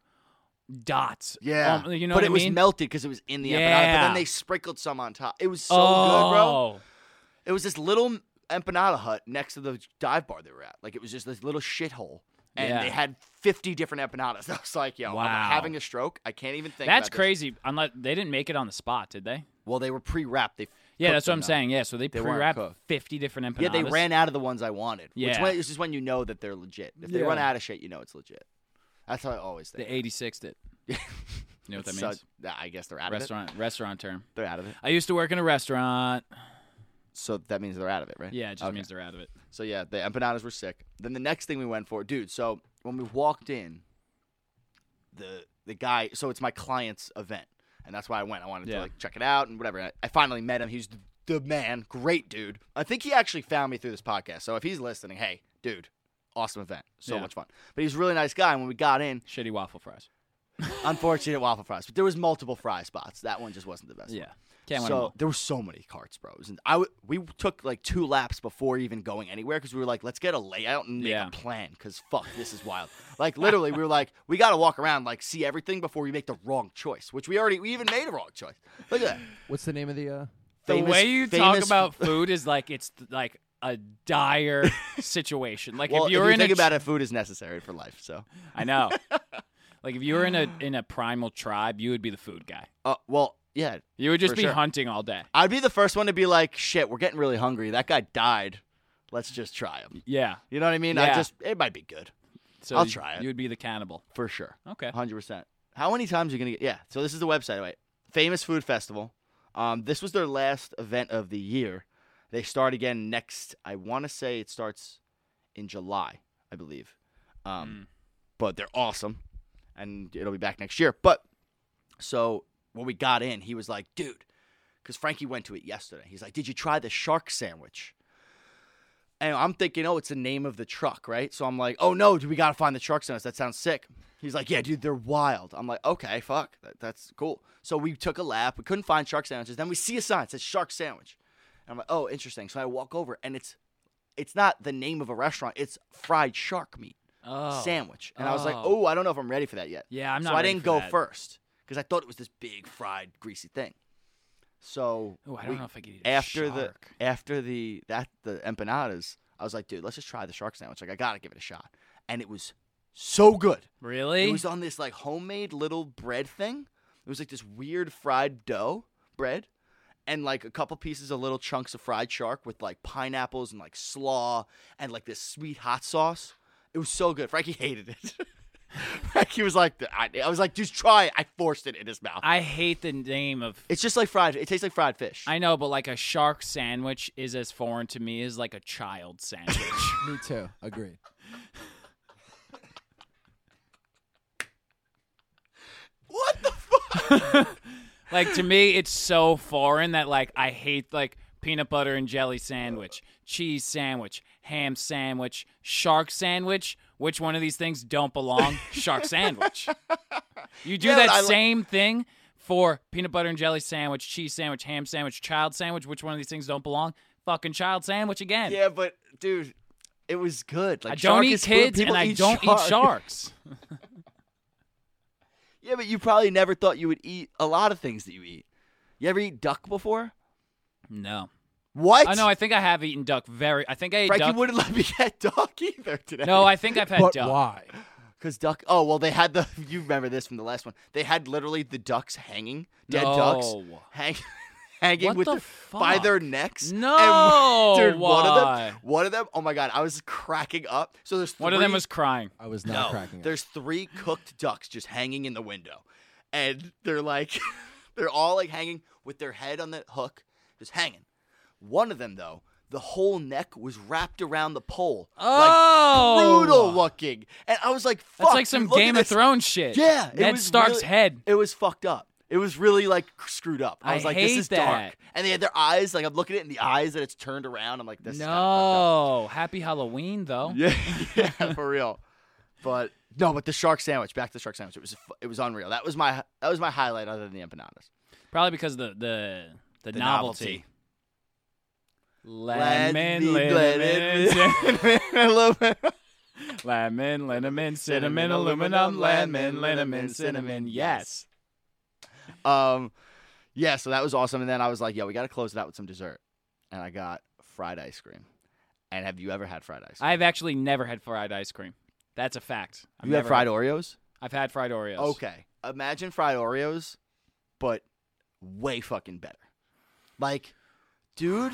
dots.
Yeah,
um, you know
but
what
it
I
was
mean?
melted because it was in the empanada. But
Yeah.
then they sprinkled some on top. It was so good, bro.
oh,
It was this little empanada hut next to the dive bar they were at. Like it was just this little shithole. And
Yeah.
they had 50 different empanadas. [LAUGHS] I was like, yo,
Wow.
I'm having a stroke. I can't even think
That's
about this.
crazy. Unless they didn't make it on the spot, did they?
Well, they were pre-wrapped. They
Yeah,
cooked
that's what
them,
I'm
though.
saying. Yeah, so they,
weren't
pre-wrapped
cooked.
fifty different empanadas.
Yeah, they ran out of the ones I wanted. Which
Yeah.
one, this is when you know that they're legit. If they run
Yeah.
out of shit, you know it's legit. That's how I always think.
The
[LAUGHS]
86 did. you know what that
So-
means?
nah, I guess they're out of
Restaurant restaurant term.
it. They're out of it.
I used to work in a restaurant.
So that means they're out of it, right?
Yeah, it just
Okay.
means they're out of it.
So yeah, the empanadas were sick. Then the next thing we went for, dude. So when we walked in, the the guy. So it's my client's event, and that's why I went. I wanted
Yeah.
to like check it out and whatever. I, I finally met him. He's the, the man. Great dude. I think he actually found me through this podcast. So if he's listening, hey, dude, awesome event. So
Yeah.
much fun. But he's a really nice guy. And when we got in,
Shitty waffle fries.
unfortunate waffle fries, but there was multiple fry spots. That one just wasn't the best.
Yeah,
one
can't win 'em
so
all.
there were so many carts, bros, and I w- we took like two laps before even going anywhere because we were like, let's get a layout and make
Yeah.
a plan because fuck, this is wild. like literally, we were like, we gotta walk around, like see everything before we make the wrong choice, which we already we even made a wrong choice. Look at that.
What's the name of the uh
The
Famous-
way you
famous-
talk
[LAUGHS]
about food is like it's th- like a dire situation. Like
well,
if you were in
think
a
about it, food is necessary for life. So, [LAUGHS]
I know. like if you were in a in a primal tribe, you would be the food guy.
uh, well, yeah,
You would just
For
be
sure.
hunting all day.
I'd be the first one to be like, shit, we're getting really hungry. That guy died. Let's just try him.
Yeah.
You know what I mean?
Yeah.
I just it might be good
So
I'll
you-
try it.
You would be the cannibal.
for sure.
Okay.
Hundred percent. How many times are you gonna get? Yeah. So this is the website. Wait, famous food festival. Um, this was their last event of the year. They start again next. I want to say it starts in July, I believe. Um, but they're awesome, and it'll be back next year. But so when we got in, he was like, "Dude," because Frankie went to it yesterday. He's like, "Did you try the shark sandwich?" And I'm thinking, oh, it's the name of the truck, right? So I'm like, oh no, dude, we gotta find the truck sandwich. That sounds sick. He's like, yeah, dude, they're wild. I'm like, okay, fuck, that, that's cool. So we took a lap. We couldn't find shark sandwiches. Then we see a sign that says shark sandwich, and I'm like, oh, interesting. So I walk over, and it's it's not the name of a restaurant. It's fried shark meat
Oh.
sandwich, and I was like,
Oh.
oh, I don't know if I'm ready for that yet.
Yeah, I'm
so
not
I
ready
didn't
for
go
that.
first because I thought it was this big fried greasy thing. So
Ooh, I
we-
don't know if I could eat a
after
shark.
the after the that the empanadas, I was like, dude, let's just try the shark sandwich. Like, I gotta give it a shot, and it was so good.
Really?
It was on this like homemade little bread thing. It was like this weird fried dough bread, and like a couple pieces of little chunks of fried shark with like pineapples and like slaw and like this sweet hot sauce. It was so good. Frankie [LAUGHS] hated it. Frankie was like, I, I was like, just try it. I forced it in his mouth.
I hate the name of.
it's just like fried. It tastes like fried fish.
I know, but like a shark sandwich is as foreign to me as like a child sandwich.
[LAUGHS]
Me too. Agreed.
what the fuck?
like to me, it's so foreign that like I hate like peanut butter and jelly sandwich, cheese sandwich, ham sandwich, shark sandwich. Which one of these things don't belong? shark sandwich. You do
Yeah, but I
that
li-
same thing for peanut butter and jelly sandwich, cheese sandwich, ham sandwich, child sandwich. Which one of these things don't belong? Fucking child sandwich again.
yeah, but dude, it was good. Like
I don't
shark
eat
is food.
kids and
People
I don't
shark.
eat sharks.
[LAUGHS] Yeah, but you probably never thought you would eat a lot of things that you eat. You ever eat duck before?
No.
What?
I know. I think I have eaten duck. Very. I think I ate
Frankie
duck.
wouldn't [LAUGHS] let me get duck either today.
No, I think I've had
but
duck.
why?
because duck. Oh well, they had the. [LAUGHS] You remember this from the last one? They had literally the ducks hanging, dead ducks
No.
hang, [LAUGHS] hanging
What
with
the
the- by
fuck?
their necks. And- [LAUGHS]
No,
dude, one of
why?
them. One of them. Oh my god, I was cracking up. So there's three,
One of them was crying.
I was not
no.
cracking. Up.
There's three cooked ducks just hanging in the window, and they're like, [LAUGHS] they're all like hanging with their head on the hook, just hanging. One of them though, the whole neck was wrapped around the pole. like,
Oh.
brutal looking. And I was like, fuck.
That's like some
dude, look at
Game of
this.
Thrones shit.
Yeah, it
Ned
was
Stark's
really-
head.
It was fucked up. It was really like screwed up. I
I
was like, this
hate
is
that.
dark. And they had their eyes like I'm looking at it in the eyes that it's turned around. I'm like, this. is kinda fucked up.
No, happy Halloween though.
Yeah, [LAUGHS] yeah, for real. But no, but the shark sandwich. Back to the shark sandwich. It was fu- it was unreal. That was my that was my highlight other than the empanadas.
Probably because the the the,
The
novelty.
novelty.
Lemon,
me-
lemon, cin-
[LAUGHS] lemon.
lemon, lemon, cinnamon,
Cinnamon,
aluminum,
aluminum,
lemon,
lemon,
lemon,
lemon,
cinnamon.
cinnamon,
Yes.
um, yeah. So that was awesome. And then I was like, yo, we got to close it out with some dessert. And I got fried ice cream. And have you ever had fried ice? cream?
I've actually never had fried ice cream. That's a fact. I've
you
never
had fried Oreos?
I've had fried Oreos.
Okay. Imagine fried Oreos, but way fucking better. Like, dude,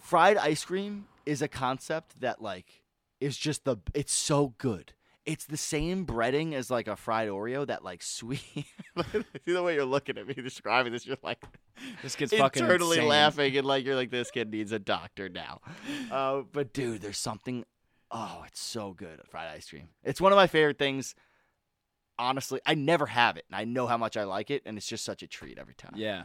fried ice cream is a concept that like is just the it's so good. It's the same breading as like a fried Oreo that like [LAUGHS] sweet. See the way you're looking at me describing this, you're like
This gets fucking
internally
insane.
laughing and like you're like this kid needs a doctor now. Uh, but dude, there's something. Oh, it's so good fried ice cream. It's one of my favorite things. Honestly, I never have it, and I know how much I like it, and it's just such a treat every time.
Yeah.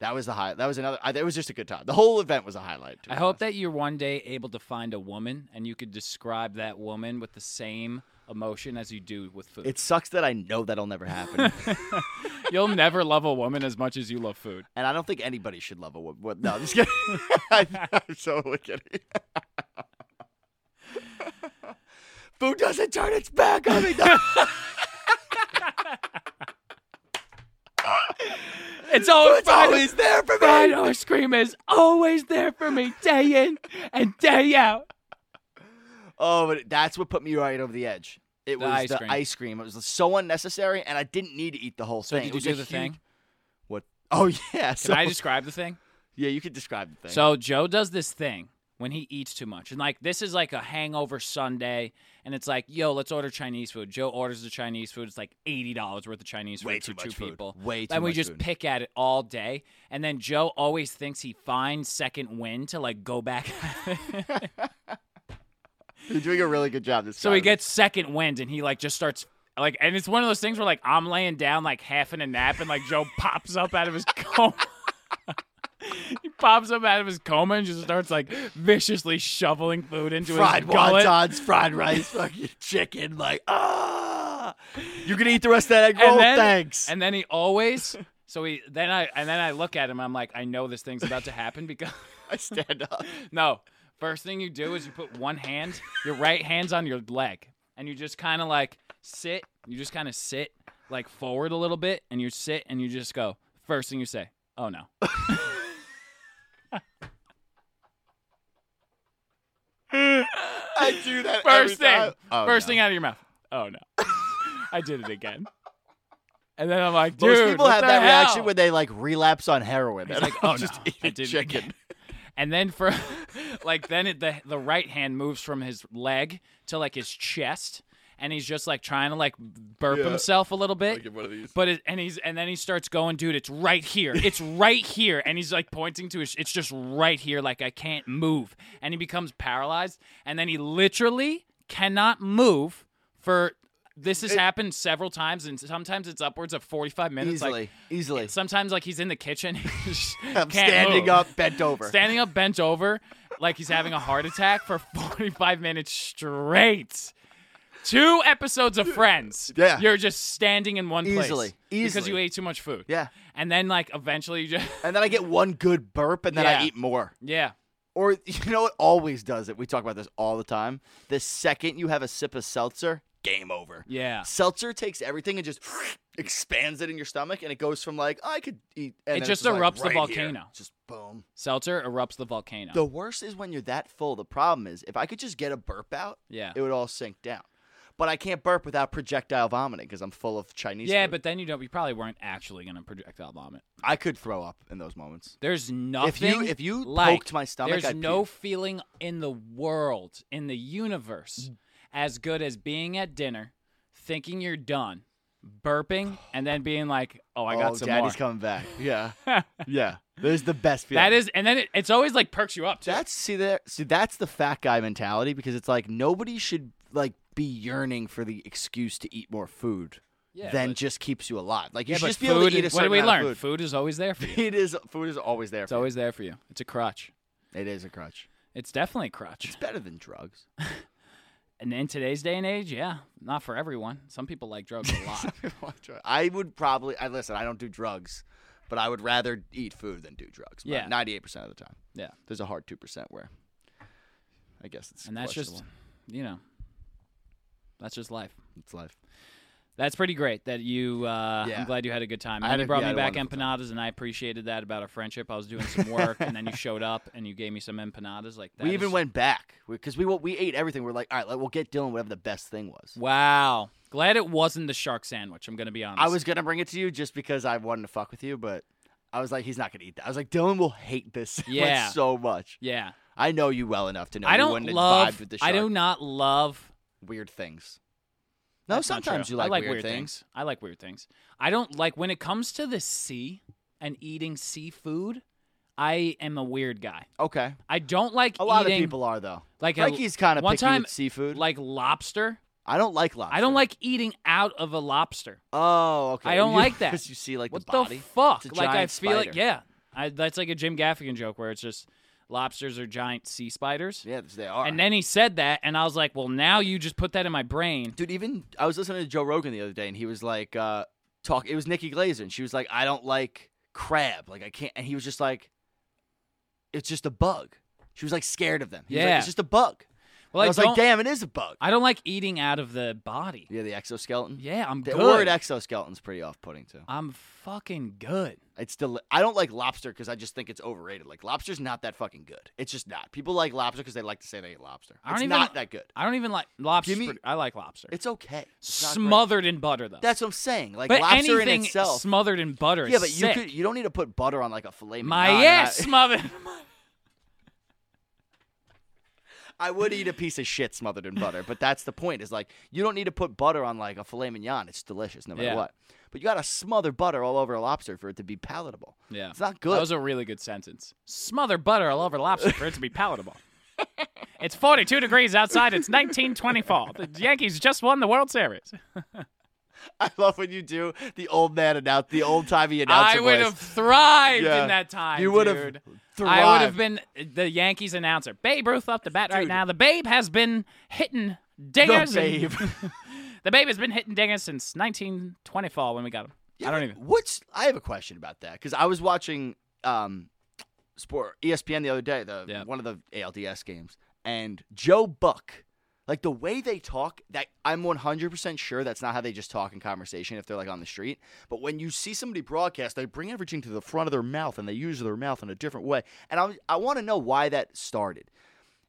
that was the high. That was another. I, it was just a good time. The whole event was a highlight. to
I
be
hope
honest.
that you're one day able to find a woman and you could describe that woman with the same emotion as you do with food.
it sucks that I know that'll never
[LAUGHS]
happen,
You'll never love a woman as much as you love food.
and I don't think anybody should love a woman. What, no, I'm just kidding. [LAUGHS] I, am totally kidding. [LAUGHS] Food doesn't turn its back on me.
It's
[LAUGHS]
always,
It's always there for
fried
me.
ice cream is always there for me day in and day out.
Oh, but that's what put me right over the edge. It
The
was
ice
the
cream.
ice cream. It was so unnecessary, and I didn't need to eat the whole
So
thing.
did
It
you
was
do
a
the
huge- [LAUGHS]
thing?
What? Oh yeah.
Can
so,
I describe the thing?
Yeah, you could describe the thing.
So Joe does this thing when he eats too much, and like this is like a hangover Sunday, and it's like, yo, let's order Chinese food. Joe orders the Chinese food. It's like eighty dollars worth of Chinese
way
food
too
for
much
two
food.
people.
Way too
and we
much
just
food.
pick at it all day. And then Joe always thinks he finds second wind to like
[LAUGHS]
go back. [LAUGHS]
You're doing a really good job. This
[LAUGHS] so he gets second wind and he like just starts like, and it's one of those things where like I'm laying down like half in a nap and like
[LAUGHS]
Joe pops up out of his coma. [LAUGHS] he pops up out of his coma and just starts like viciously shoveling food into
fried
his gullet.
wontons, fried
[LAUGHS]
rice, fucking chicken. Like ah, you can eat the rest of that egg roll.
and
[LAUGHS]
then,
thanks.
And then he always. So he [LAUGHS] then I and then I look at him. I'm like, I know this thing's about to happen because
I stand up.
No. First thing you do is you put one hand, your right hand's on your leg, and you just kind of like sit. You just kind of sit like forward a little bit, and you sit and you just go. First thing you say, "Oh no."
I do that every
First
time.
thing,
Oh,
first
no.
thing out of your mouth. Oh no, [LAUGHS] I did it again. And then I'm like, dude,
Most people
what
have
the
that reaction
hell?
when they like relapse on heroin.
He's
And
like,
[LAUGHS] I'm
oh no,
just eating
I did it
chicken.
again. And then for, [LAUGHS] like, then it, the the right hand moves from his leg to like his chest, and he's just like trying to like burp
Yeah.
himself a little bit.
Give one of these.
But it, and he's and then he starts going, dude. It's right here.
[LAUGHS]
It's right here. And he's like pointing to his. It's just right here. Like I can't move. And he becomes paralyzed. And then he literally cannot move. For this has happened several times, and sometimes it's upwards of forty-five minutes.
Easily,
Like
easily.
sometimes, like he's in the kitchen, [LAUGHS] he just
I'm
can't
standing
move.
up, bent over.
standing up, bent over, like he's having a heart attack for [LAUGHS] forty-five minutes straight. Two episodes of Friends.
Yeah.
You're just standing in one
Easily,
place. Because you
easily.
ate too much food.
yeah.
And then like eventually you just [LAUGHS]
And then I get one good burp and then I
Yeah.
eat more.
Yeah.
Or [LAUGHS] you know what always does it? We talk about this all the time. The second you have a sip of seltzer, game over.
Yeah.
Seltzer takes everything and just [SNIFFS] expands it in your stomach and it goes from like, I could eat and then
It
it's
just
like,
erupts the
right here.
volcano.
Just boom.
Seltzer erupts the volcano.
The worst is when you're that full. The problem is if I could just get a burp out,
yeah.
it would all sink down. But I can't burp without projectile vomiting because I'm full of Chinese.
Yeah,
food.
but then you don't you probably weren't actually gonna projectile vomit.
I could throw up in those moments.
There's nothing
if you
like,
poked my stomach,
There's
I'd
no feeling in the world, in the universe,
Mm.
as good as being at dinner, thinking you're done,
[SIGHS]
burping, and then being like, Oh, I got
oh,
some
daddy's
more.
coming
[LAUGHS]
back. Yeah, yeah. There's the best feeling.
That is and then it, it's always like perks you up too.
That's see there. See that's the fat guy mentality because it's like nobody should like be yearning for the excuse to eat more food.
Yeah,
than
but-
just keeps you alive. Like you
yeah,
should
but
just be
food
able to eat a
is- what
certain
do we
amount
learn?
of food.
Food is always there for you.
It is food [LAUGHS] is always there.
It's
for you.
always there for you. It's a crutch.
it is a crutch.
It's definitely a crutch.
It's better than drugs. [LAUGHS]
And in today's day and age, yeah, not for everyone. Some people like drugs a
[LAUGHS]
lot.
I would probably. I listen. I don't do drugs, but I would rather eat food than do drugs.
Yeah.
ninety-eight percent of the time.
yeah.
There's a hard two percent where I guess it's
And that's just,
questionable.
you know, that's just life.
it's life.
That's pretty great that you, uh,
Yeah.
I'm glad you had a good time.
I
And
had
you
a-
brought
yeah, I
me
had a
back
wonderful
empanadas, and I appreciated that about our friendship. I was doing some work, and then you showed up and you gave me some empanadas. Like that
we even
is-
went back because we, we ate everything. We're like, all right, like, we'll get Dylan whatever the best thing was.
Wow. Glad it wasn't the shark sandwich. I'm going to be honest.
I was gonna bring it to you just because I wanted to fuck with you, but I was like, he's not gonna eat that. I was like, Dylan will hate this [LAUGHS] sandwich
Yeah.
so much.
Yeah.
I know you well enough to know
I
you
don't
wouldn't have
love,
vibed with the
I
shark.
do not love
weird things. No,
That's not
sometimes
true.
you like,
I like
weird,
things. I like weird things. I don't like when it comes to the sea and eating seafood. I am a weird guy.
Okay,
I don't like
a lot
eating,
of people are though.
like a-
Frankie's kind of
one
picky
time,
with seafood.
like lobster.
I don't like lobster.
I don't like eating out of a lobster.
Oh, okay.
I don't
[LAUGHS] You-
like that.
'cause you see, like
what
the body.
fuck?
It's a
like I
giant
feel like
spider.
yeah, I, that's like a Jim Gaffigan joke where it's just lobsters are giant sea spiders.
Yeah, they are.
And then he said that, and I was like, well, now you just put that in my brain.
dude, even I was listening to Joe Rogan the other day, and he was like, uh, talk. It was Nikki Glaser, and she was like, I don't like crab. Like I can't. And he was just like, it's just a bug. She was like scared of them. He was like,
Yeah.
it's just a bug.
Well,
And I
I,
was
don't,
like, damn, it is a bug.
I don't like eating out of the body.
yeah, the exoskeleton.
Yeah, I'm
The
good.
word exoskeleton's pretty off-putting too.
I'm fucking good.
It's still I don't like lobster because I just think it's overrated. Like lobster's not that fucking good. It's just not. People like lobster because they like to say they eat lobster.
I don't
it's
even-
not that good.
I don't even like lobster.
Give me-
I like lobster.
It's okay. It's not great.
smothered in butter though.
That's what I'm saying. Like
but
lobster
anything
in itself.
smothered in butter.
yeah,
is
but you
sick.
could you don't need to put butter on like a filet mignon.
My
and
ass
I-
smothered.
[LAUGHS] I would eat a piece of shit smothered in butter, but that's the point. Is like you don't need to put butter on like a filet mignon. It's delicious no matter
Yeah.
what. But you gotta smother butter all over a lobster for it to be palatable.
[LAUGHS] Yeah,
It's not good.
That was a really good sentence. Smother butter all over lobster for it to be [LAUGHS] palatable. it's 42 degrees outside. It's 1924. The Yankees just won the World Series.
[LAUGHS] I love when you do the old man announce the old timey announcer.
I would
voice.
have thrived
Yeah.
in that time.
You would have
dude.
thrived.
I would have been the Yankees announcer. Babe Ruth up the bat right now. The Babe has been hitting dingers.
The
and-
Babe.
[LAUGHS] the Babe has been hitting dingers since 1924 when we got him. I don't even.
What's I have a question about that because I was watching um, sport ESPN the other day, the
Yeah.
one of the ALDS games, and Joe Buck, like the way they talk, that I'm 100% sure that's not how they just talk in conversation if they're like on the street. But when you see somebody broadcast, they bring everything to the front of their mouth and they use their mouth in a different way. And I I want to know why that started.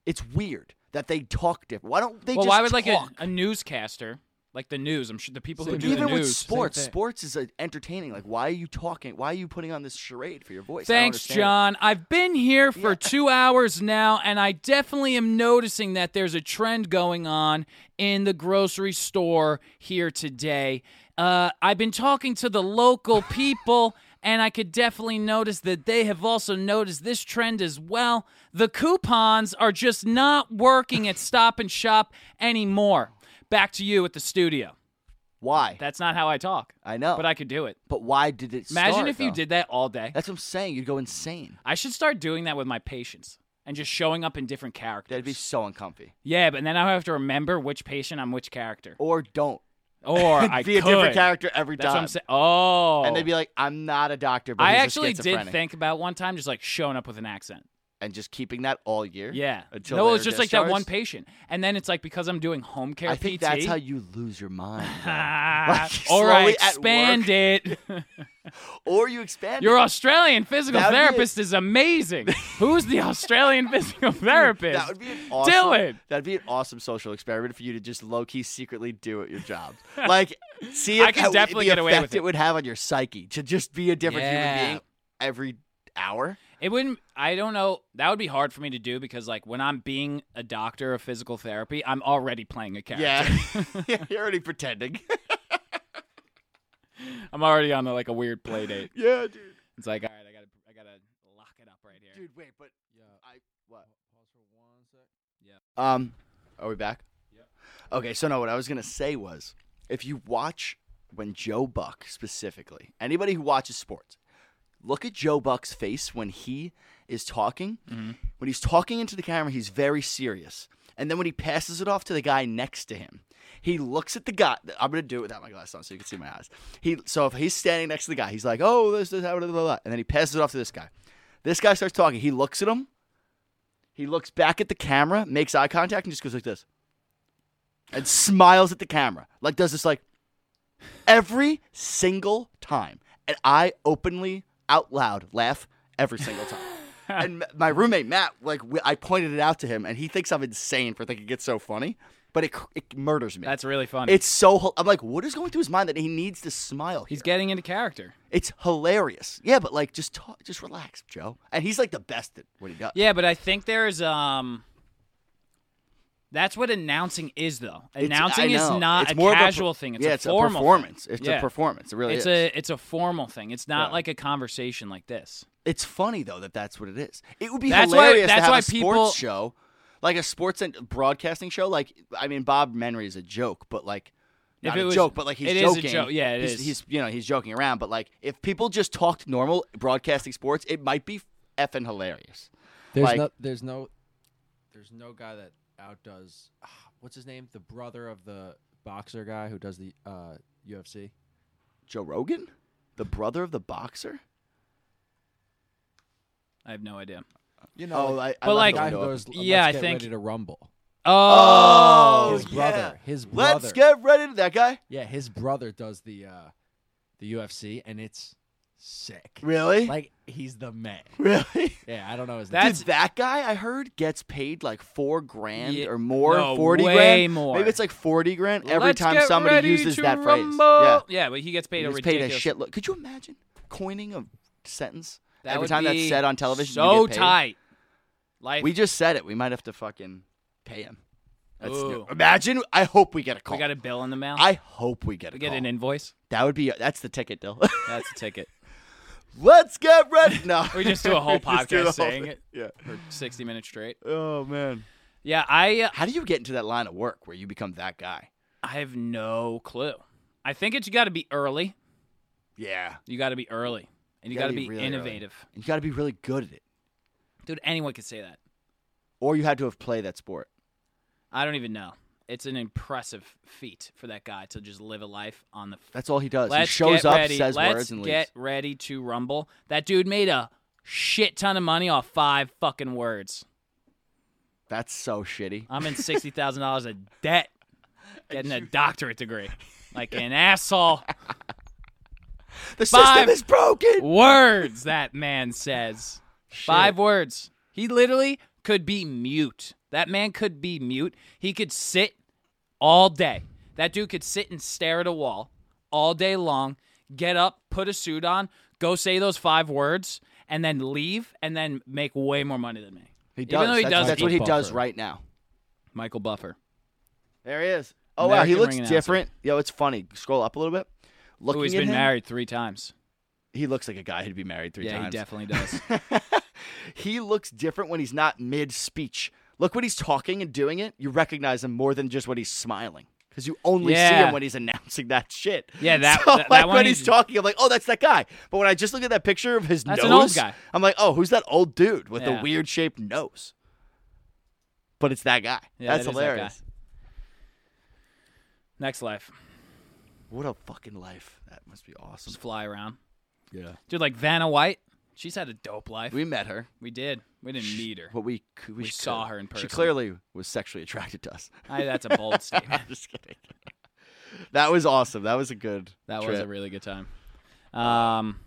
It's weird that they talk different. Why don't they
well,
just
why would like a,
talk?
a newscaster, like the news? I'm sure the people who
Same
do
thing.
the
even with
news.
sports,
thing.
sports is uh, entertaining. Like, why are you talking? Why are you putting on this charade for your voice? I don't
Thanks,
understand it.
John. I've been here for two hours now, and I definitely am noticing that there's a trend going on in the grocery store here today. Uh, I've been talking to the local people, [LAUGHS] and I could definitely notice that they have also noticed this trend as well. The coupons are just not working at Stop and Shop anymore. Back to you at the studio.
Why?
That's not how I talk,
I know.
but I could do it.
But why did it?
Imagine
start,
if you
though?
did that all day.
That's what I'm saying. You'd go insane.
I should start doing that with my patients and just showing up in different characters.
That'd be so uncomfy.
yeah, but then I have to remember which patient I'm which character,
Or don't [LAUGHS]
or [LAUGHS] I
be a
could.
different character every
That's
time.
what I'm saying. Oh,
And they'd be like, "I'm not a doctor." But
I
he's a
actually did
schizophrenic."
think about one time just like showing up with an accent.
and just keeping that all year.
Yeah,
Until
no,
they
it was
were
just like that one
discharged?
patient, and then it's like because I'm doing home care
I think
PT.
that's how you lose your mind.
[LAUGHS]
though.
Ah,
[LAUGHS] Like,
or I
slowly at
expand
work.
it.
[LAUGHS] or you expand.
Your
it.
Australian physical
That would be-
therapist is
[LAUGHS]
amazing. Who's the Australian physical therapist?
That would be an awesome.
Dylan.
That'd be an awesome social experiment for you to just low key secretly do at your
[LAUGHS]
job. Like, see if
I could
how-
definitely
the
get away with
effect
it.
it would have on your psyche to just be a different
Yeah.
human being every hour.
It wouldn't. I don't know. That would be hard for me to do because, like, when I'm being a doctor of physical therapy, I'm already playing a character. [LAUGHS]
Yeah, [LAUGHS] you're already pretending. [LAUGHS]
[LAUGHS] I'm already on a, like a weird play date.
yeah, dude.
It's like, all right, I gotta, I gotta lock it up right here.
Dude, wait, but I what?
Yeah.
Yeah. Um, are we back? Yeah. Okay, so no, what I was gonna say was, if you watch when Joe Buck specifically, anybody who watches sports, look at Joe Buck's face when he is talking. When he's talking into the camera, he's very serious. And then when he passes it off to the guy next to him, he looks at the guy. I'm gonna do it without my glasses on, so you can see my eyes. He so if he's standing next to the guy, he's like, "Oh, this, this, blah, blah, blah," blah," and then he passes it off to this guy. This guy starts talking. He looks at him. He looks back at the camera, makes eye contact, and just goes like this, and smiles at the camera, like does this like every single time. And I openly, out loud, laugh every single
[LAUGHS]
time. and m- my roommate Matt, like we, I pointed it out to him, and he thinks I'm insane for thinking it's so funny, but it cr- it murders me.
That's really funny.
it's so. hil- I'm like, what is going through his mind that he needs to smile?
He's
here?
getting into character.
It's hilarious. Yeah, but like, just talk, just relax, Joe. And he's like the best at what he does.
Yeah, but I think there's um. That's what announcing is, though.
It's-
Announcing
I
is
know.
not
It's
a
more of per-
casual thing. It's
yeah,
a
it's
formal
a performance.
Thing.
It's
yeah.
a performance. It really is.
It's a it's a formal thing. It's not
Yeah.
like a conversation like this.
it's funny though that that's what it is. It would be
That's why-
hilarious
that's
to have
why
a sports
people-
show, like a sports and broadcasting show. Like I mean, Bob Menery is a joke, but like
If
not
it
a
was-
joke, but like he's
it is a
joking.
joke. Yeah, it
he's,
is.
He's you know he's joking around, but like if people just talked normal broadcasting sports, it might be effing hilarious.
There's
Like-
no, there's no, there's no guy that outdoes. [SIGHS] ah, What's his name? The brother of the boxer guy who does the uh, UFC.
Joe Rogan, the brother of the boxer.
I have no idea.
You
Oh, I, I
But,
left
like-
the guy
the
who
window
goes.
Yeah, I
Let's get
think-
ready to rumble.
Oh,
Oh,
his brother.
yeah.
His
open.
brother.
Let's get ready to that guy.
Yeah, his brother does the uh, the UFC, and it's sick.
Really?
Like he's the man.
really? [LAUGHS]
Yeah, I don't know his
That's-
Dude, that guy I heard gets paid like four grand
Ye-
or more,
no,
forty
way
grand,
more.
Maybe it's like forty grand every
Let's
time
get
somebody
ready
uses
to
that phrase.
rumble.
Yeah,
but he gets paid
he
a
gets paid a
ridiculous.
shitload. Could you imagine coining a sentence
That
every
would
time
be
that's said on television? you
So
get paid?
tight. Life.
We just said it. We might have to fucking pay him. That's
Ooh.
imagine. I hope we get a call.
we got a bill in the mail.
I hope we get a
we get
call.
an invoice.
that would be. That's the ticket, Dill.
That's a ticket.
[LAUGHS] Let's get ready. No,
[LAUGHS] We just do
[LAUGHS]
a whole
just do the
podcast
whole
saying
thing.
it
Yeah.
for 60 minutes straight.
Oh man.
Yeah, I uh,
How do you get into that line of work where you become that guy?
I have no clue. I think it's you got to be early.
Yeah.
You got to be early. And you,
You
got
gotta
to
be
be,
really early.
innovative.
You got to be really good at it,
Dude, anyone could say that.
or you had to have played that sport.
I don't even know. It's an impressive feat for that guy to just live a life on the
That's all he does.
Let's
he shows
get
up,
ready.
says
Let's
words, and
get ready to rumble. That dude made a shit ton of money off five fucking words.
That's so shitty.
I'm in sixty thousand dollars of
[LAUGHS]
debt, getting a doctorate degree, like an asshole.
The
Five.
system is broken.
words that man says. Five words. He literally could be mute. That man could be mute. He could sit all day. That dude could sit and stare at a wall all day long, get up, put a suit on, go say those five words, and then leave and then make way more money than me.
He
Even though
does.
he
that's
does
that's what he
eat
does
buffer.
right now.
Michael Buffer.
There he is. Oh wow, he
American
looks
ring announcer.
different. Yo, it's funny. Scroll up a little bit. Looking
Who he's
at
been
him,
married three times.
he looks like a guy who'd be married three
yeah,
times. [LAUGHS]
he definitely does.
he looks different when he's not mid speech. Look when he's talking and doing it. You recognize him more than just when he's smiling. Because you only see
Yeah.
him when he's announcing that shit.
Yeah, that-
[LAUGHS] so,
that- that
like,
one
when
he's-
he's talking, I'm like, oh, that's that guy. But when I just look at that picture of his
That's
nose,
an old guy.
I'm like, oh, who's that old dude with
Yeah.
the weird shaped nose? But it's that guy.
Yeah,
that's
that is that guy.
hilarious.
Next life.
What a fucking life. That must be awesome.
Just fly around.
Yeah.
Dude, like Vanna White, she's had a dope life.
We met her.
We did. We didn't
[LAUGHS]
need her.
But we c- we,
We
could-
saw her in
She
person.
clearly was sexually attracted to us.
I, that's
[LAUGHS]
a bold statement.
I'm just kidding. that was awesome. That was a good.
That was
trip.
a really good time.
Uh,
Um,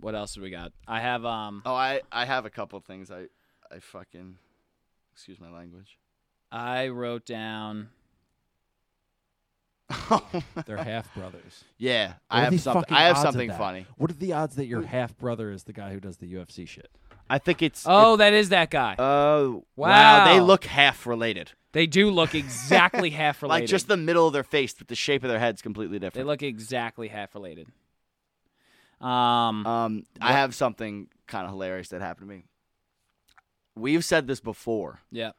what else do we got? I have um,
Oh, I I have a couple things. I I fucking excuse my language. [LAUGHS]
I wrote down.
They're half brothers.
yeah,
What
I
are the
have something.
fucking
I have
odds of
something
that?
funny.
What are the odds that your half brother is the guy who does the UFC shit?
I think it's.
Oh, that is that guy.
it- oh They
Wow.
look half related.
they
[LAUGHS]
do look exactly half related.
Like just the middle of their face, but the shape of their head's completely
they
different.
look exactly half related. Um,
um, I have something kind of hilarious that happened to me. We've said this before,
yeah.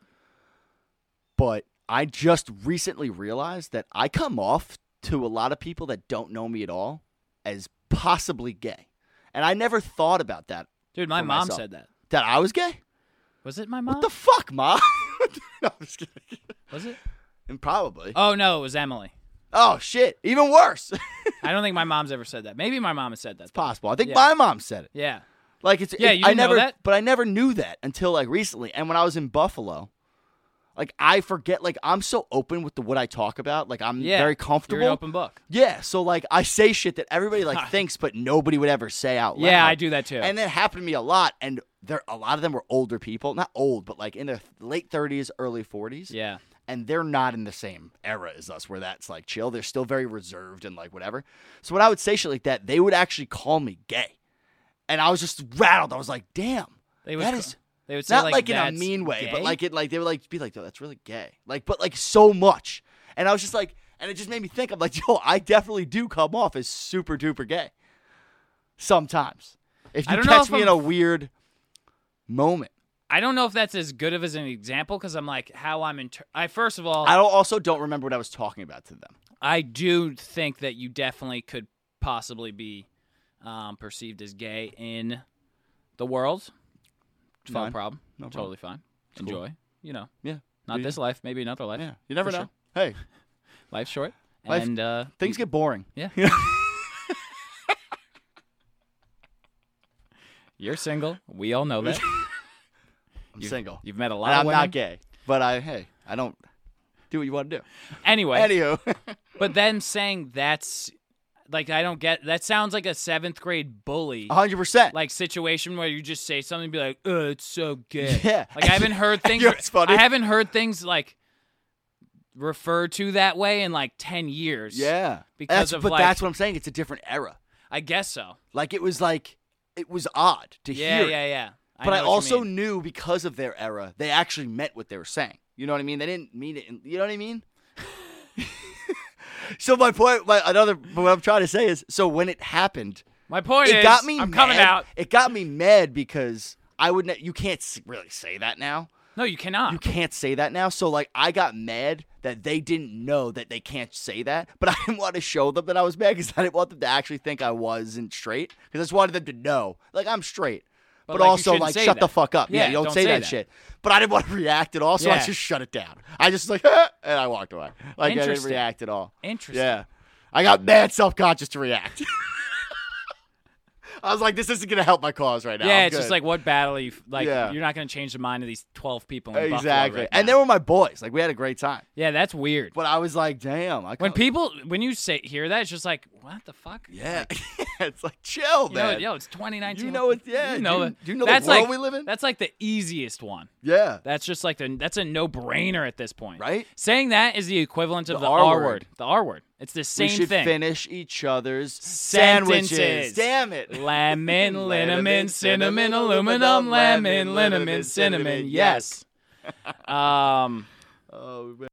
but I just recently realized that I come off to a lot of people that don't know me at all as possibly gay. And I never thought about that.
Dude, my
For
mom
myself.
said that.
That I was gay?
Was it my mom?
What the fuck, Ma? [LAUGHS] no, I'm just kidding.
was it?
And probably.
Oh no, it was Emily.
oh, shit. Even worse. [LAUGHS] it's
I don't think my mom's ever said that. Maybe my mom has said that.
possible. I think
Yeah.
my mom said it.
Yeah.
Like it's
Yeah,
it-
you
I
didn't know
never
that?
but I never knew that until like recently. And when I was in Buffalo, like I forget like I'm so open with the what I talk about. Like I'm
Yeah.
very comfortable.
You're an open book.
Yeah, so like I say shit that everybody
[LAUGHS]
like thinks, but nobody would ever say out loud.
Yeah, I do that too.
And that happened to me a lot. And there, a lot of them were older people, not old, but like in their late thirties, early forties.
Yeah.
and they're not in the same era as us, where that's like chill. They're still very reserved and like whatever. So when I would say shit like that, they would actually call me gay, and I was just rattled. I was like, damn.
They would
that
ca-
is
They would say
not
like,
like, in a
"That's
mean way,
gay?"
but like it like they would like be like, "Yo, that's really gay," like but like so much, and I was just like, and it just made me think. I'm like, [LAUGHS] yo, I definitely do come off as super duper gay sometimes. If
I
you
don't know
catch
if
me in
I'm-
a weird moment,
I don't know if that's as good of as an example because I'm like how I'm inter- I first of all
I
I,
don't, also don't remember what I was talking about to them.
do think that you definitely could possibly be um, perceived as gay in the world. It's No
Fine.
problem.
No problem.
totally fine. Enjoy. You know,
Yeah,
not
Do
this life, maybe another life.
You, yeah, you never
For
know.
sure.
Hey,
Life's short.
Life-
and uh,
things get boring.
yeah. You're single. We all know
[LAUGHS]
that.
I'm single,
You've met a lot
and
of
I'm
women.
not gay, but I hey, I don't do what you want to do.
Anyway,
Anywho, [LAUGHS]
But then saying that's like I don't get that sounds like a seventh grade bully
100. percent
like situation where you just say something and be like, "Uh, it's so gay."
Yeah.
Like I haven't
[LAUGHS]
heard things.
You know what's funny?
I haven't heard things like referred to that way in like ten years.
Yeah,
Because
That's-
of,
but
like-
that's what I'm saying. It's a different era.
I guess so.
Like it was like it was odd to
Yeah,
hear. it.
yeah, yeah.
But I,
know what you
also
mean.
knew because of their era, they actually meant what they were saying. You know what I mean? They didn't mean it. In, you know what I
[LAUGHS]
mean? so my point, my another, what I'm trying to say is, so when it happened,
my point
it
is,
got me.
I'm coming
mad.
out.
It got me mad because I would. not You can't s- really say that now.
No, you cannot.
You can't say that now. So like, I got mad that they didn't know that they can't say that. But [LAUGHS] I didn't want to show them that I was mad because I didn't want them to actually think I wasn't straight. Because I just wanted them to know, like I'm straight. But,
like, you
also,
shouldn't
like,
say
shut the
that.
fuck up. Yeah,
Yeah,
you don't,
don't
say,
say
that,
that.
shit. But I didn't want to react at all, so I
Yeah.
just shut it down. I just was like, [LAUGHS] and I walked away. Like I didn't
Interesting.
react at all.
Interesting.
Yeah. I got mad self conscious to react. [LAUGHS] I was like, this isn't gonna help my cause right now.
yeah,
I'm
it's just
good.
like what battle are you like?
Yeah.
You're not gonna change the mind of these twelve people. In Buffalo
exactly.
right
and
now.
they were my boys. Like we had a great time.
yeah, that's weird.
But I was like, oh, damn. I
When
couldn't-
people, when you say hear that, it's just like what the fuck?
yeah, [LAUGHS] it's like chill,
You know,
man.
it- yo, it's 2019.
You know it- yeah,
You know
you-
it.
you know the
that's
world
like,
we live in?
That's like the easiest one.
yeah.
That's just like the that's a no brainer at this point,
Right?
Saying that is the equivalent of
The
the,
R
R
word.
word. The R word. It's the
We
same
should
thing. [LAUGHS]
finish each other's
Sentences.
sandwiches. Damn it. [LAUGHS]
Lemon, liniment,
[LAUGHS]
cinnamon, aluminum, lemon, liniment, cinnamon. Yes. Um.
Oh man.